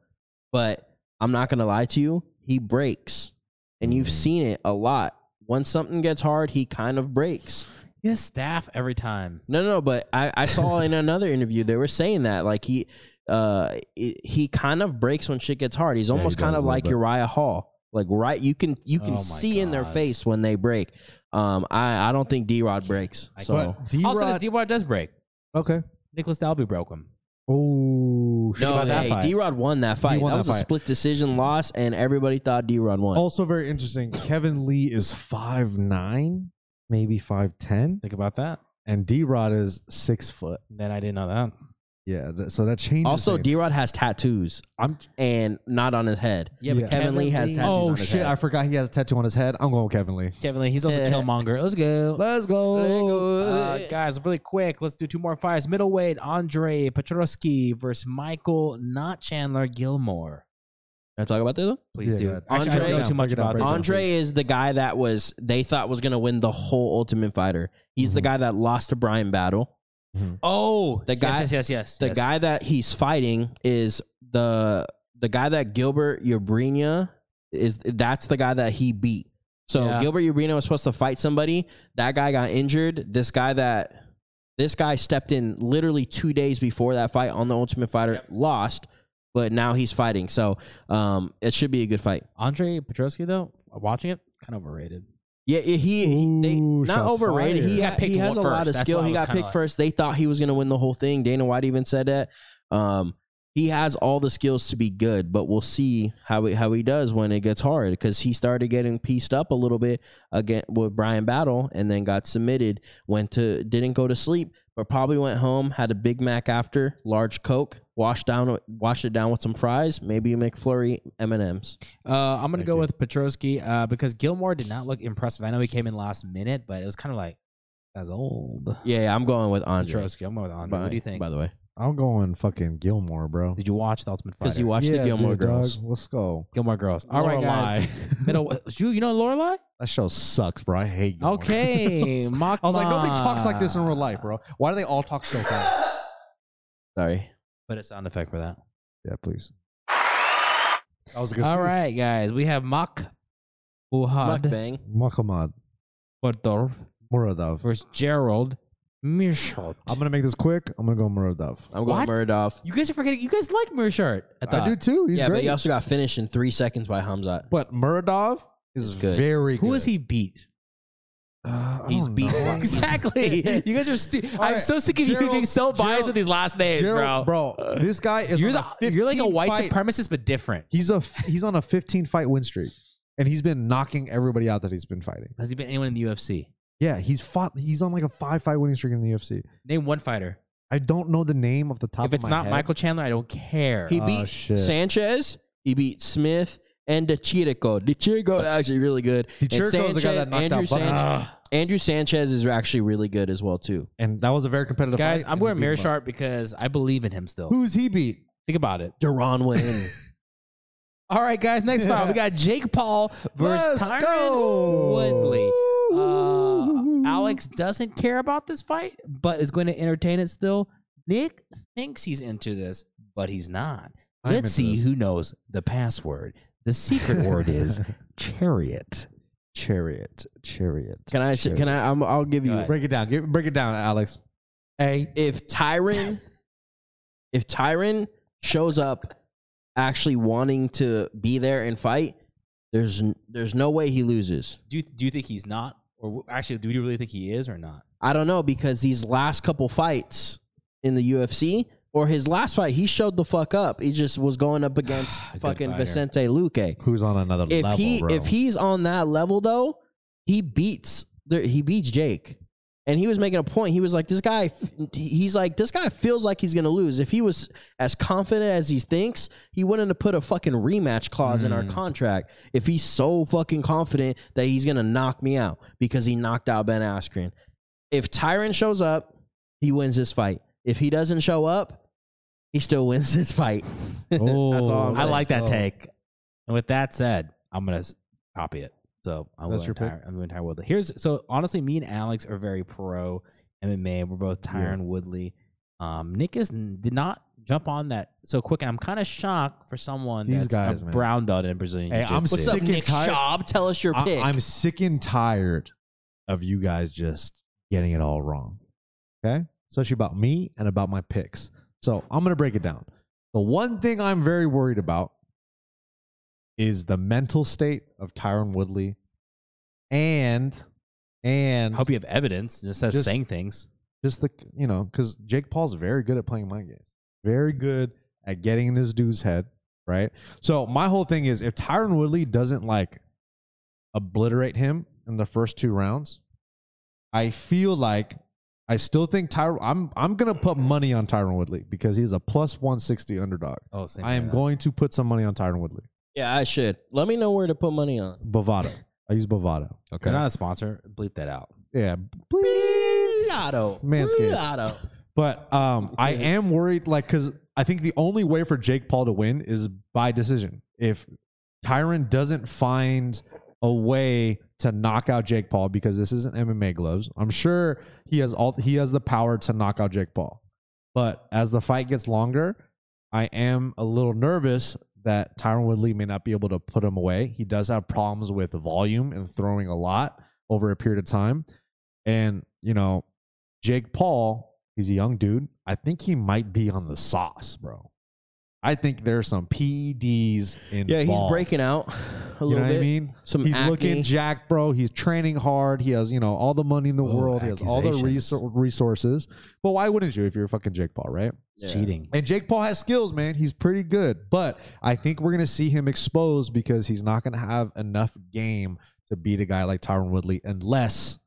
Speaker 3: but I'm not gonna lie to you, he breaks. And you've
Speaker 5: Mhm.
Speaker 3: seen it a lot. When something gets hard, he kind of breaks.
Speaker 4: His staff every time.
Speaker 3: No, no, but I, I saw in another interview they were saying that like he uh he- he kind of breaks when shit gets hard. He's
Speaker 5: Yeah, he
Speaker 3: almost
Speaker 5: does
Speaker 3: kind
Speaker 5: a
Speaker 3: of
Speaker 5: little
Speaker 3: like
Speaker 5: bit.
Speaker 3: Uriah Hall. Like right, you can you
Speaker 4: Oh
Speaker 3: can
Speaker 4: my
Speaker 3: see in their
Speaker 4: God.
Speaker 3: face when they break. Um, I I don't think D Rod breaks.
Speaker 4: I
Speaker 3: So
Speaker 5: But D
Speaker 4: Also,
Speaker 5: Rod.
Speaker 4: D Rod does break.
Speaker 5: okay.
Speaker 4: Nicholas Dalby broke him.
Speaker 5: Oh, shit
Speaker 3: No,
Speaker 5: about that
Speaker 3: hey,
Speaker 5: fight.
Speaker 3: D Rod won that fight.
Speaker 5: won
Speaker 3: that
Speaker 5: that
Speaker 3: was a
Speaker 5: fight. Oh,
Speaker 3: split decision loss, and everybody thought D Rod won.
Speaker 5: Also very interesting. Kevin Lee is five nine, maybe five ten,
Speaker 4: Think about that.
Speaker 5: and D Rod is six foot.
Speaker 4: Then I didn't know that.
Speaker 5: Yeah, th- so that changes.
Speaker 3: also,
Speaker 5: things.
Speaker 3: D Rod has tattoos
Speaker 5: I'm
Speaker 3: and not on his head.
Speaker 5: Yeah, but Yeah.
Speaker 3: Kevin Lee has tattoos
Speaker 5: oh
Speaker 3: on his
Speaker 5: shit,
Speaker 3: head.
Speaker 5: I forgot he has a tattoo on his head. I'm going with Kevin Lee.
Speaker 4: Kevin Lee, he's also
Speaker 3: Yeah.
Speaker 4: Killmonger. Let's go.
Speaker 5: Let's go.
Speaker 4: Uh, guys, really quick, let's do two more fights. Middleweight, Andre Petrosky versus Michael, not Chandler Gilmore.
Speaker 3: Can I talk about this? one?
Speaker 4: Please
Speaker 5: Yeah,
Speaker 4: do.
Speaker 5: go
Speaker 4: it.
Speaker 5: ahead.
Speaker 4: Actually, I
Speaker 3: Andre-
Speaker 4: don't know too much about this.
Speaker 5: Break it down,
Speaker 3: Andre is the guy that was they thought was gonna win the whole Ultimate Fighter. He's the
Speaker 4: Mm-hmm.
Speaker 5: Mhm.
Speaker 3: guy that lost to Brian Battle.
Speaker 4: Oh,
Speaker 3: The guy-
Speaker 4: Yes, yes, yes. yes
Speaker 3: The
Speaker 4: yes.
Speaker 3: guy that he's fighting is the the guy that Gilbert Ubrina is. That's the guy that he beat. So
Speaker 4: Yeah.
Speaker 3: Gilbert Ubrina was supposed to fight somebody. That guy got injured. This guy that this guy stepped in literally two days before that fight on the Ultimate Fighter lost, but now he's fighting. So um, it should be a good fight.
Speaker 4: Andre Petrosky, though, watching it, kind of overrated.
Speaker 3: Yeah, he, he they,
Speaker 5: Ooh,
Speaker 3: not
Speaker 5: shots
Speaker 3: overrated. He,
Speaker 5: fired.
Speaker 4: got
Speaker 3: ha-
Speaker 4: picked
Speaker 3: he has a
Speaker 4: first.
Speaker 3: lot of
Speaker 4: That's
Speaker 3: skill.
Speaker 4: why I
Speaker 3: He
Speaker 4: was
Speaker 3: got
Speaker 4: kinda
Speaker 3: picked
Speaker 4: like-
Speaker 3: first. They thought he was going to win the whole thing. Dana White even said that. Um, he has all the skills to be good, but we'll see how he, how he does when it gets hard because he started getting pieced up a little bit again with Brian Battle and then got submitted. Went to didn't go to sleep, but probably went home had a Big Mac after, large Coke, washed down washed it down with some fries, maybe a McFlurry, M and M's.
Speaker 4: Uh, I'm gonna
Speaker 5: Thank
Speaker 4: go
Speaker 5: you.
Speaker 4: with Petrosky uh, because Gilmore did not look impressive. I know he came in last minute, but it was kind of like that's old.
Speaker 3: Yeah, I'm going with Andre.
Speaker 4: Petrosky, I'm going with Andre. what do you think?
Speaker 3: By the way.
Speaker 5: I'm going fucking Gilmore, bro.
Speaker 4: Did you watch the Ultimate Fighter?
Speaker 3: Because you watched
Speaker 5: Yeah,
Speaker 3: the Gilmore
Speaker 5: dude,
Speaker 3: Girls.
Speaker 5: dog, Let's go.
Speaker 4: Gilmore Girls. All right, guys.
Speaker 5: Lorelai.
Speaker 4: Middle, you you know Lorelai?
Speaker 5: that show sucks, bro. I hate. Gilmore
Speaker 4: Okay,
Speaker 5: Girls.
Speaker 4: Mach-
Speaker 5: I was like, nobody talks like this in real life, bro. Why do they all talk so fast?
Speaker 3: Sorry.
Speaker 4: Put a sound effect for that.
Speaker 5: Yeah, please. That was a good.
Speaker 4: All right, guys. We have Mach Uhad
Speaker 3: Mukbang.
Speaker 5: Muhammad
Speaker 4: Fodor
Speaker 5: Muradov.
Speaker 4: versus Gerald Mearshart.
Speaker 5: I'm gonna make this quick. I'm gonna go Muradov.
Speaker 3: I'm going
Speaker 4: What?
Speaker 3: Murdoff.
Speaker 4: You guys are forgetting. You guys like Mearshart. Uh, I thought.
Speaker 5: I do too. He's
Speaker 3: Yeah, but
Speaker 5: great.
Speaker 3: he also got finished in three seconds by Hamzat.
Speaker 5: But Muradov is
Speaker 3: He's good.
Speaker 5: very good.
Speaker 4: Who has he beat?
Speaker 5: Uh, I
Speaker 3: He's
Speaker 5: don't
Speaker 3: beat
Speaker 5: know.
Speaker 3: one.
Speaker 4: exactly. You guys are. Stu-
Speaker 5: All
Speaker 4: I'm
Speaker 5: right,
Speaker 4: so sick of you
Speaker 5: Gerald-
Speaker 4: being so biased
Speaker 5: Gerald-
Speaker 4: with these last names,
Speaker 5: Gerald,
Speaker 4: bro.
Speaker 5: bro. This guy is.
Speaker 4: You're
Speaker 5: on
Speaker 4: the.
Speaker 5: a
Speaker 4: You're like a
Speaker 5: 15
Speaker 4: white
Speaker 5: fight.
Speaker 4: supremacist, but different.
Speaker 5: He's a f- he's on a 15 fight win streak, and he's been knocking everybody out that he's been fighting.
Speaker 4: Has he been anyone in the UFC?
Speaker 5: Yeah, he's fought. He's on like a five fight winning streak in the UFC.
Speaker 4: Name one fighter.
Speaker 5: I don't know the name of the top.
Speaker 4: if it's
Speaker 5: of my
Speaker 4: not
Speaker 5: head.
Speaker 4: Michael Chandler, I don't care. Uh,
Speaker 3: He
Speaker 5: Oh,
Speaker 3: beat
Speaker 5: shit.
Speaker 3: Sanchez. He beat Smith and DeChirico. DeChirico is actually really good. And
Speaker 5: DiCirico's the guy that knocked
Speaker 3: Andrew
Speaker 5: out Buck-
Speaker 4: Ugh.
Speaker 3: Sanchez, Andrew Sanchez is actually really good as well too.
Speaker 5: and that was a very competitive
Speaker 4: guys,
Speaker 5: fight,
Speaker 4: I'm
Speaker 5: and
Speaker 4: going
Speaker 5: he beat him
Speaker 4: Mirror
Speaker 5: up.
Speaker 4: Sharp because I believe in him still.
Speaker 5: Who's he beat?
Speaker 4: Think about it.
Speaker 3: Duran Wayne.
Speaker 4: All right, guys. Next fight, we got Jake Paul versus
Speaker 5: Let's
Speaker 4: Tyron
Speaker 5: go.
Speaker 4: Woodley. Uh, Alex doesn't care about this fight, but is going to entertain it still. Nick thinks he's into this, but he's not.
Speaker 5: I'm
Speaker 4: Let's
Speaker 5: into
Speaker 4: see
Speaker 5: this.
Speaker 4: who knows the password. The secret word is chariot.
Speaker 5: Chariot. Chariot.
Speaker 3: can I?
Speaker 5: Chariot.
Speaker 3: Can I? I'm, I'll give
Speaker 4: Go
Speaker 3: you.
Speaker 4: ahead.
Speaker 5: break it down? Give, break it down, Alex. A.
Speaker 3: If Tyron, if Tyron shows up, actually wanting to be there and fight, there's n- there's no way he loses.
Speaker 4: Do you, do you think he's not? Or w- actually, do you really think he is or not?
Speaker 3: I don't know because these last couple fights in the UFC or his last fight, he showed the fuck up. He just was going up against
Speaker 4: Good
Speaker 3: fucking
Speaker 4: fighter.
Speaker 3: Vicente Luque.
Speaker 5: Who's on another
Speaker 3: If
Speaker 5: level,
Speaker 3: he
Speaker 5: bro?
Speaker 3: if he's on that level though, he beats there- he beats Jake. And he was making a point. He was like, "This guy, he's like, this guy feels like he's gonna lose. If he was as confident as he thinks, he wouldn't have put a fucking rematch clause in our
Speaker 4: Mm.
Speaker 3: contract. If he's so fucking confident that he's gonna knock me out because he knocked out Ben Askren, if Tyron shows up, he wins this fight. If he doesn't show up, he still wins this fight. That's all I'm
Speaker 5: Oh,
Speaker 4: I
Speaker 3: saying.
Speaker 4: like that
Speaker 5: oh.
Speaker 4: take. And with that said, I'm gonna s- copy it. So I'm going
Speaker 5: That's your pick?
Speaker 4: Tyron, I'm going Tyron Woodley. Here's so honestly, me and Alex are very pro MMA. We're both Tyron Woodley. Um, Nick is did not jump on that so quick, and I'm kind of shocked for someone
Speaker 5: These
Speaker 4: that's
Speaker 5: guys,
Speaker 4: a
Speaker 5: man.
Speaker 4: brown belt in Brazilian.
Speaker 5: Hey, I'm
Speaker 4: Jiu-Jitsu.
Speaker 3: What's up,
Speaker 5: Sick and
Speaker 3: Nick
Speaker 5: tired-
Speaker 3: Schaub? Tell us your pick.
Speaker 5: I, am sick and tired of you guys just getting it all wrong. Okay? Especially about me and about my picks. So I'm going to break it down. The one thing I'm very worried about is the mental state of Tyron Woodley and and
Speaker 4: I hope you have evidence. Just says
Speaker 5: Just-
Speaker 4: saying things.
Speaker 5: just the you know because Jake Paul's very good at playing mind games. very good at getting in his dude's head, right? So my whole thing is if Tyron Woodley doesn't like obliterate him in the first two rounds, I feel like I still think Tyron. I'm I'm gonna put money on Tyron Woodley because he's a plus 160 underdog.
Speaker 4: Oh, same.
Speaker 5: I am going to put some money on Tyron Woodley.
Speaker 3: Yeah, I should. Let me know where to put money on.
Speaker 5: Bovado. I use Bovado.
Speaker 3: Okay.
Speaker 4: They're not a sponsor. Bleep that out.
Speaker 5: Yeah. Bleep.
Speaker 3: Lotto.
Speaker 5: Manscaped.
Speaker 3: Lotto.
Speaker 5: But um, I am worried, like, because I think the only way for Jake Paul to win is by decision. If Tyron doesn't find a way to knock out Jake Paul, because this isn't MMA gloves, I'm sure he has all he has the power to knock out Jake Paul. But as the fight gets longer, I am a little nervous that Tyron Woodley may not be able to put him away. He does have problems with volume and throwing a lot over a period of time. And, you know, Jake Paul, he's a young dude. I think he might be on the sauce, bro. I think there's some PEDs in
Speaker 3: Yeah, he's breaking out a little
Speaker 5: You know what
Speaker 3: bit.
Speaker 5: I mean?
Speaker 3: Some
Speaker 5: he's
Speaker 3: acne.
Speaker 5: looking jacked, bro. He's training hard. He has, you know, all the money in the
Speaker 4: Oh,
Speaker 5: world. He has all the
Speaker 4: accusations.
Speaker 5: resou- resources. But why wouldn't you if you're fucking Jake Paul, right?
Speaker 4: It's
Speaker 3: Yeah.
Speaker 4: cheating.
Speaker 5: And Jake Paul has skills, man. He's pretty good. But I think we're going to see him exposed because he's not going to have enough game to beat a guy like Tyron Woodley unless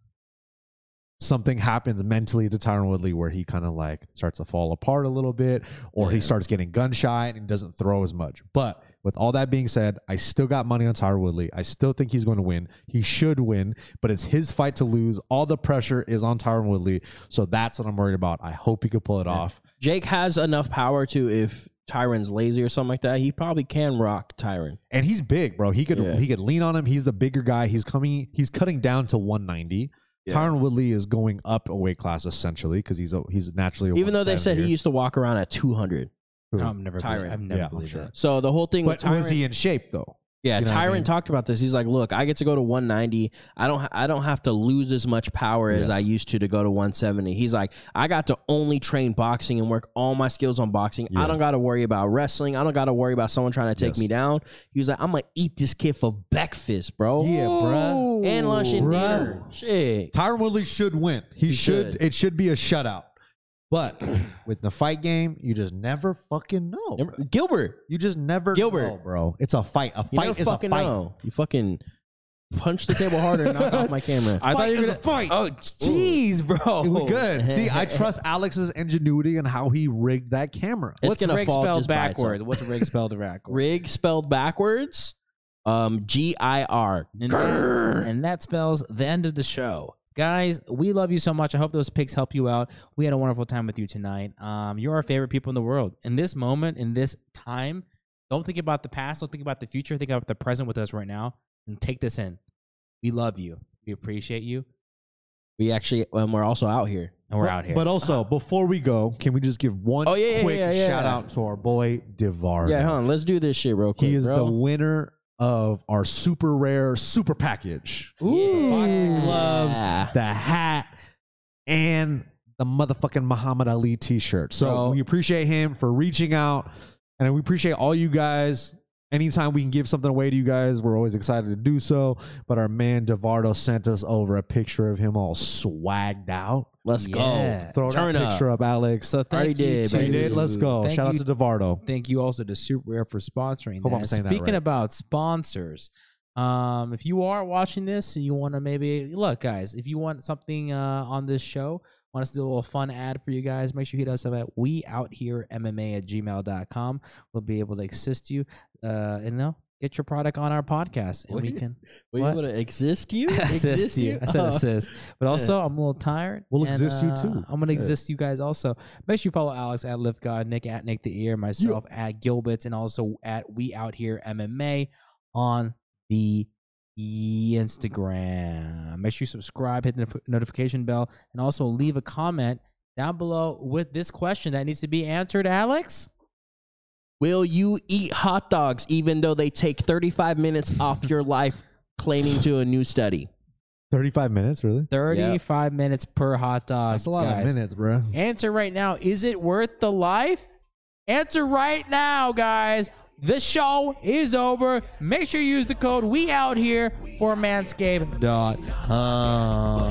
Speaker 5: something happens mentally to Tyron Woodley where he kind of like starts to fall apart a little bit or he
Speaker 3: Yeah.
Speaker 5: starts getting gun shy and doesn't throw as much. But with all that being said, I still got money on Tyron Woodley. I still think he's going to win. He should win, but it's his fight to lose. All the pressure is on Tyron Woodley. So that's what I'm worried about. I hope he could pull it off.
Speaker 3: Jake has enough power to if Tyron's lazy or something like that, he probably can rock Tyron.
Speaker 5: and he's big, bro. He could
Speaker 3: Yeah.
Speaker 5: he could lean on him. He's the bigger guy. He's coming. He's cutting down to 190.
Speaker 3: Yeah.
Speaker 5: Tyron Woodley is going up a weight class essentially because he's a, he's naturally a
Speaker 3: Even though they said he
Speaker 5: 170er.
Speaker 3: used to walk around at 200.
Speaker 5: Who?
Speaker 4: I'm never.
Speaker 3: Tyron.
Speaker 4: Believe, I've never
Speaker 5: Yeah, I'm
Speaker 4: believed
Speaker 5: sure.
Speaker 4: that.
Speaker 3: So the whole thing
Speaker 5: But
Speaker 3: with Tyron,
Speaker 5: was he in shape though?
Speaker 3: yeah,
Speaker 5: you know what I
Speaker 3: Tyron
Speaker 5: mean?
Speaker 3: talked about this. He's like, "Look, I get to go to 190. I don't, ha- I don't have to lose as much power as
Speaker 5: Yes.
Speaker 3: I used to to go to 170." He's like, "I got to only train boxing and work all my skills on boxing. I
Speaker 5: Yeah.
Speaker 3: don't got to worry about wrestling. I don't got to worry about someone trying to take
Speaker 5: Yes.
Speaker 3: me down." He was like, "I'm gonna eat this kid for breakfast, bro.
Speaker 5: Yeah, bruh.
Speaker 3: and lunch and
Speaker 5: Bruh.
Speaker 3: dinner. Shit,
Speaker 5: Tyron Woodley should win. He,
Speaker 3: He
Speaker 5: should,
Speaker 3: should.
Speaker 5: It should be a shutout. But with the fight game, you just never fucking know.
Speaker 3: Remember- Gilbert."
Speaker 5: You just never
Speaker 3: Gilbert.
Speaker 5: know, bro. It's a fight. A
Speaker 3: You
Speaker 5: fight
Speaker 3: never
Speaker 5: is a
Speaker 3: fucking
Speaker 5: fight.
Speaker 3: know. You fucking punch the table harder and knock off my camera.
Speaker 4: I thought you were gonna.
Speaker 5: fight.
Speaker 4: Oh, jeez, bro.
Speaker 5: It was Oh, good. See, I trust Alex's ingenuity and how he rigged that camera.
Speaker 3: It's
Speaker 4: What's
Speaker 3: gonna
Speaker 4: rig
Speaker 3: fall
Speaker 4: spelled
Speaker 3: just by
Speaker 4: backwards?
Speaker 3: itself.
Speaker 4: What's rig spelled backwards?
Speaker 3: Rig spelled backwards. Um, G I R.
Speaker 4: And, and that spells the end of the show. Guys, we love you so much. I hope those picks help you out. We had a wonderful time with you tonight. Um, you're our favorite people in the world. In this moment, in this time, don't think about the past. Don't think about the future. Think about the present with us right now and take this in. We love you. We appreciate you.
Speaker 3: We actually, um, we're also out here.
Speaker 4: And we're
Speaker 5: But-
Speaker 4: out here.
Speaker 5: But also, before we go, can we just give one
Speaker 3: Oh, yeah, yeah,
Speaker 5: quick
Speaker 3: yeah, yeah.
Speaker 5: shout out to our boy Devar?
Speaker 3: Yeah, hon, let's do this shit real quick.
Speaker 5: He is the
Speaker 3: bro.
Speaker 5: winner of our super rare super package.
Speaker 3: Ooh.
Speaker 5: Boxing gloves,
Speaker 3: Yeah.
Speaker 5: the hat, and the motherfucking Muhammad Ali t-shirt. So
Speaker 4: Bro.
Speaker 5: we appreciate him for reaching out, and we appreciate all you guys. Anytime we can give something away to you guys, we're always excited to do so. But our man Devardo sent us over a picture of him all swagged out.
Speaker 3: Let's
Speaker 4: Yeah.
Speaker 3: go.
Speaker 5: Throw
Speaker 3: Turn
Speaker 5: that
Speaker 3: up.
Speaker 5: picture up, Alex.
Speaker 4: so thank
Speaker 3: Already
Speaker 4: you.
Speaker 3: did,
Speaker 5: So
Speaker 4: to-
Speaker 5: you did. Let's go.
Speaker 4: Thank
Speaker 5: Shout
Speaker 4: you
Speaker 5: out to Devardo.
Speaker 4: Thank you also to Super Rare for sponsoring.
Speaker 5: Hope I'm
Speaker 4: that.
Speaker 5: saying that
Speaker 4: Speaking
Speaker 5: right.
Speaker 4: about sponsors, um, if you are watching this and you want to maybe look, guys, if you want something uh, on this show, want us to do a little fun ad for you guys, make sure you hit us up at we out here MMA at gmail.com. We'll be able to assist you uh, and no, get your product on our podcast and
Speaker 3: What?
Speaker 4: we can
Speaker 3: Were you
Speaker 4: What?
Speaker 3: going to exist you?
Speaker 4: assist
Speaker 3: exist
Speaker 4: you. I said
Speaker 3: Oh.
Speaker 4: assist, but also I'm a little tired.
Speaker 5: We'll
Speaker 4: and,
Speaker 5: exist you
Speaker 4: uh,
Speaker 5: too.
Speaker 4: I'm gonna
Speaker 3: Yeah.
Speaker 4: exist you guys also. Make sure you follow Alex at Lift God, Nick at Nick the Ear, myself at Gilbits, and also at We Out Here MMA on the Instagram. Make sure you subscribe, hit the notif- notification bell, and also leave a comment down below with this question that needs to be answered, Alex.
Speaker 3: Will you eat hot dogs even though they take 35 minutes off your life, claiming to a new study?
Speaker 5: 35 minutes, really?
Speaker 4: 35 minutes per hot dog.
Speaker 5: That's a lot
Speaker 4: guys.
Speaker 5: of minutes, bro.
Speaker 4: Answer right now. Is it worth the life? Answer right now, guys. The show is over. Make sure you use the code we out here for manscaped.com.